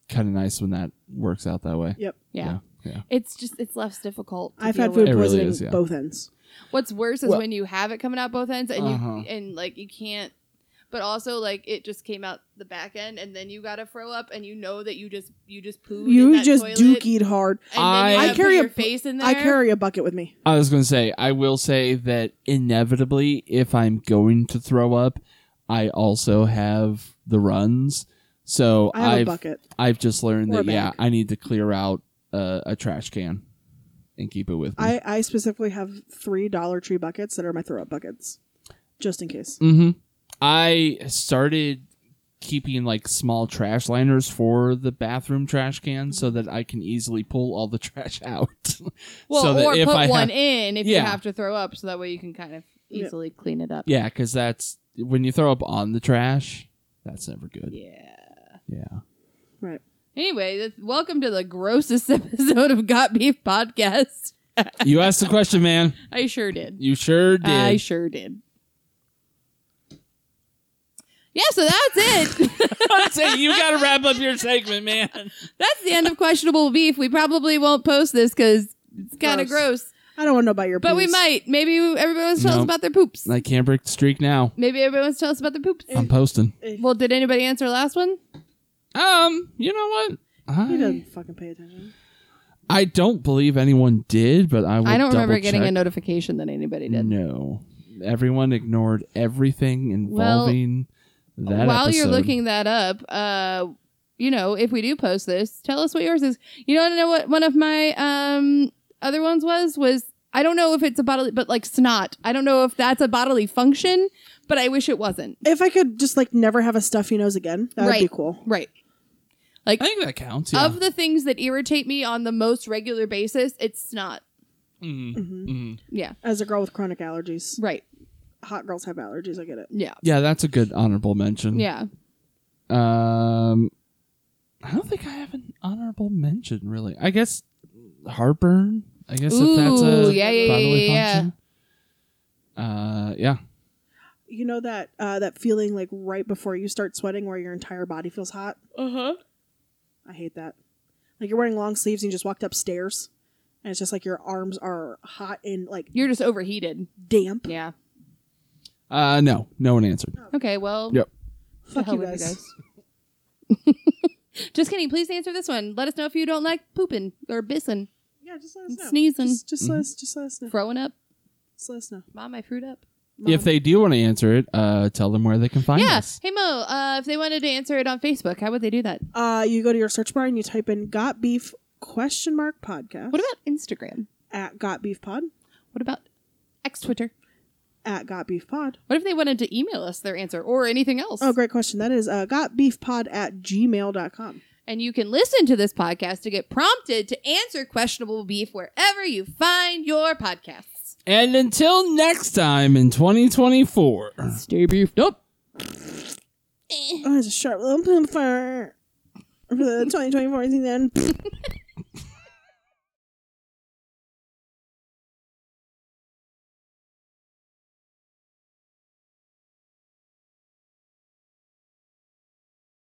Speaker 3: kind of nice when that works out that way.
Speaker 2: Yep.
Speaker 1: Yeah.
Speaker 3: Yeah. yeah.
Speaker 1: It's just it's less difficult. to
Speaker 2: I've
Speaker 1: deal
Speaker 2: had
Speaker 1: with.
Speaker 2: food
Speaker 3: It really
Speaker 2: poisoning
Speaker 3: is, yeah.
Speaker 2: both ends.
Speaker 1: What's worse is
Speaker 3: Well-
Speaker 1: when you have it coming out both ends and
Speaker 3: Uh-huh.
Speaker 1: you and like you can't but also like it just came out the back end and then you gotta throw up and you know that you just you just pooed in
Speaker 2: You
Speaker 1: that
Speaker 2: just
Speaker 1: toilet,
Speaker 2: dookied hard.
Speaker 1: and then you
Speaker 3: I-
Speaker 1: I
Speaker 3: I
Speaker 1: carry
Speaker 2: carry
Speaker 1: your
Speaker 2: a-
Speaker 1: face in there.
Speaker 2: I carry a bucket with me.
Speaker 3: I was going to say, I will say that inevitably, if I'm going to throw up, I also have the runs. So
Speaker 2: I have a
Speaker 3: I've
Speaker 2: bucket.
Speaker 3: I've just learned
Speaker 2: Or a
Speaker 3: that yeah,
Speaker 2: bag.
Speaker 3: I need to clear out uh, a trash can and keep it with me.
Speaker 2: I, I specifically have three Dollar Tree buckets that are my throw up buckets, just in case.
Speaker 3: hmm I started keeping like small trash liners for the bathroom trash can so that I can easily pull all the trash out.
Speaker 1: well
Speaker 3: so that
Speaker 1: or
Speaker 3: if
Speaker 1: put
Speaker 3: I
Speaker 1: one
Speaker 3: have,
Speaker 1: in if you
Speaker 3: Yeah.
Speaker 1: have to throw up so that way you can kind of
Speaker 2: Yeah.
Speaker 1: easily clean it up.
Speaker 3: yeah, because that's when you throw up on the trash. That's never good.
Speaker 1: Yeah.
Speaker 3: Yeah.
Speaker 2: Right.
Speaker 1: Anyway, that's, welcome to the grossest episode of Got Beef Podcast.
Speaker 3: you asked the question, man.
Speaker 1: I sure did.
Speaker 3: You sure did.
Speaker 1: I sure did. Yeah, so that's it.
Speaker 3: say you got to wrap up your segment, man.
Speaker 1: that's the end of questionable beef. We probably won't post this because it's kind of gross.
Speaker 2: Gross. I don't want to know about your.
Speaker 1: but we
Speaker 2: poos.
Speaker 1: might. Maybe everybody wants to tell us
Speaker 3: No.
Speaker 1: about their poops.
Speaker 3: I can't break the streak now.
Speaker 1: Maybe everybody wants to tell us about their poops.
Speaker 3: I'm posting.
Speaker 1: well, did anybody answer the last one?
Speaker 3: Um, you know what?
Speaker 2: He
Speaker 3: I,
Speaker 2: doesn't fucking pay attention.
Speaker 3: I don't believe anyone did, but I will
Speaker 1: I don't remember
Speaker 3: double
Speaker 1: getting
Speaker 3: check.
Speaker 1: a notification that anybody did.
Speaker 3: No. Everyone ignored everything involving that.
Speaker 1: While you're
Speaker 3: episode.
Speaker 1: looking that up, uh, you know, if we do post this, tell us what yours is. You know, I know what one of my um other ones was was I don't know if it's a bodily, but like snot. I don't know if that's a bodily function, but I wish it wasn't.
Speaker 2: If I could just like never have a stuffy nose again, that would be
Speaker 1: Right.
Speaker 2: cool.
Speaker 1: Right.
Speaker 3: I think that counts. Yeah.
Speaker 1: Of the things that irritate me on the most regular basis, it's snot.
Speaker 3: Mhm,
Speaker 2: hmm
Speaker 3: mhm.
Speaker 1: Yeah.
Speaker 2: As a girl with chronic allergies,
Speaker 1: Right.
Speaker 2: hot girls have allergies. I get it.
Speaker 1: Yeah.
Speaker 3: Yeah, that's a good honorable mention.
Speaker 1: Yeah.
Speaker 3: Um, I don't think I have an honorable mention really. I guess heartburn. I guess if that's
Speaker 1: Ooh,
Speaker 3: a
Speaker 1: yeah, yeah,
Speaker 3: bodily
Speaker 1: yeah, yeah,
Speaker 3: function. Uh, yeah.
Speaker 2: You know that uh, that feeling like right before you start sweating, where your entire body feels hot.
Speaker 1: Uh huh.
Speaker 2: I hate that. Like you're wearing long sleeves and you just walked upstairs, and it's just like your arms are hot and like
Speaker 1: You're just overheated.
Speaker 2: damp.
Speaker 1: Yeah.
Speaker 3: Uh, no, no one answered.
Speaker 1: Okay. Well.
Speaker 3: Yep.
Speaker 1: the
Speaker 2: Fuck
Speaker 1: hell
Speaker 2: you
Speaker 1: with you
Speaker 2: guys.
Speaker 1: Just kidding. Please answer this one. Let us know if you don't like pooping or bissing,
Speaker 2: Yeah, just let us know.
Speaker 1: sneezing.
Speaker 2: Just, just let us. Just let us know.
Speaker 1: throwing up.
Speaker 2: Just let us know.
Speaker 1: Mom, I fruit up.
Speaker 3: If they do want to answer it, uh, tell them where they can find
Speaker 1: Yeah.
Speaker 3: us.
Speaker 1: Hey Mo, uh, if they wanted to answer it on Facebook, how would they do that?
Speaker 2: Uh, you go to your search bar and you type in "got beef question mark podcast."
Speaker 1: What about Instagram?
Speaker 2: at got beef pod
Speaker 1: What about X Twitter?
Speaker 2: at got beef pod?
Speaker 1: What if they wanted to email us their answer or anything else?
Speaker 2: Oh, great question. That is uh, got beef pod at gmail.com.
Speaker 1: And you can listen to this podcast to get prompted to answer questionable beef wherever you find your podcasts.
Speaker 3: And until next time in 2024.
Speaker 1: Stay beefed up.
Speaker 2: Oh, it's a sharp little pimper for the 2024 season.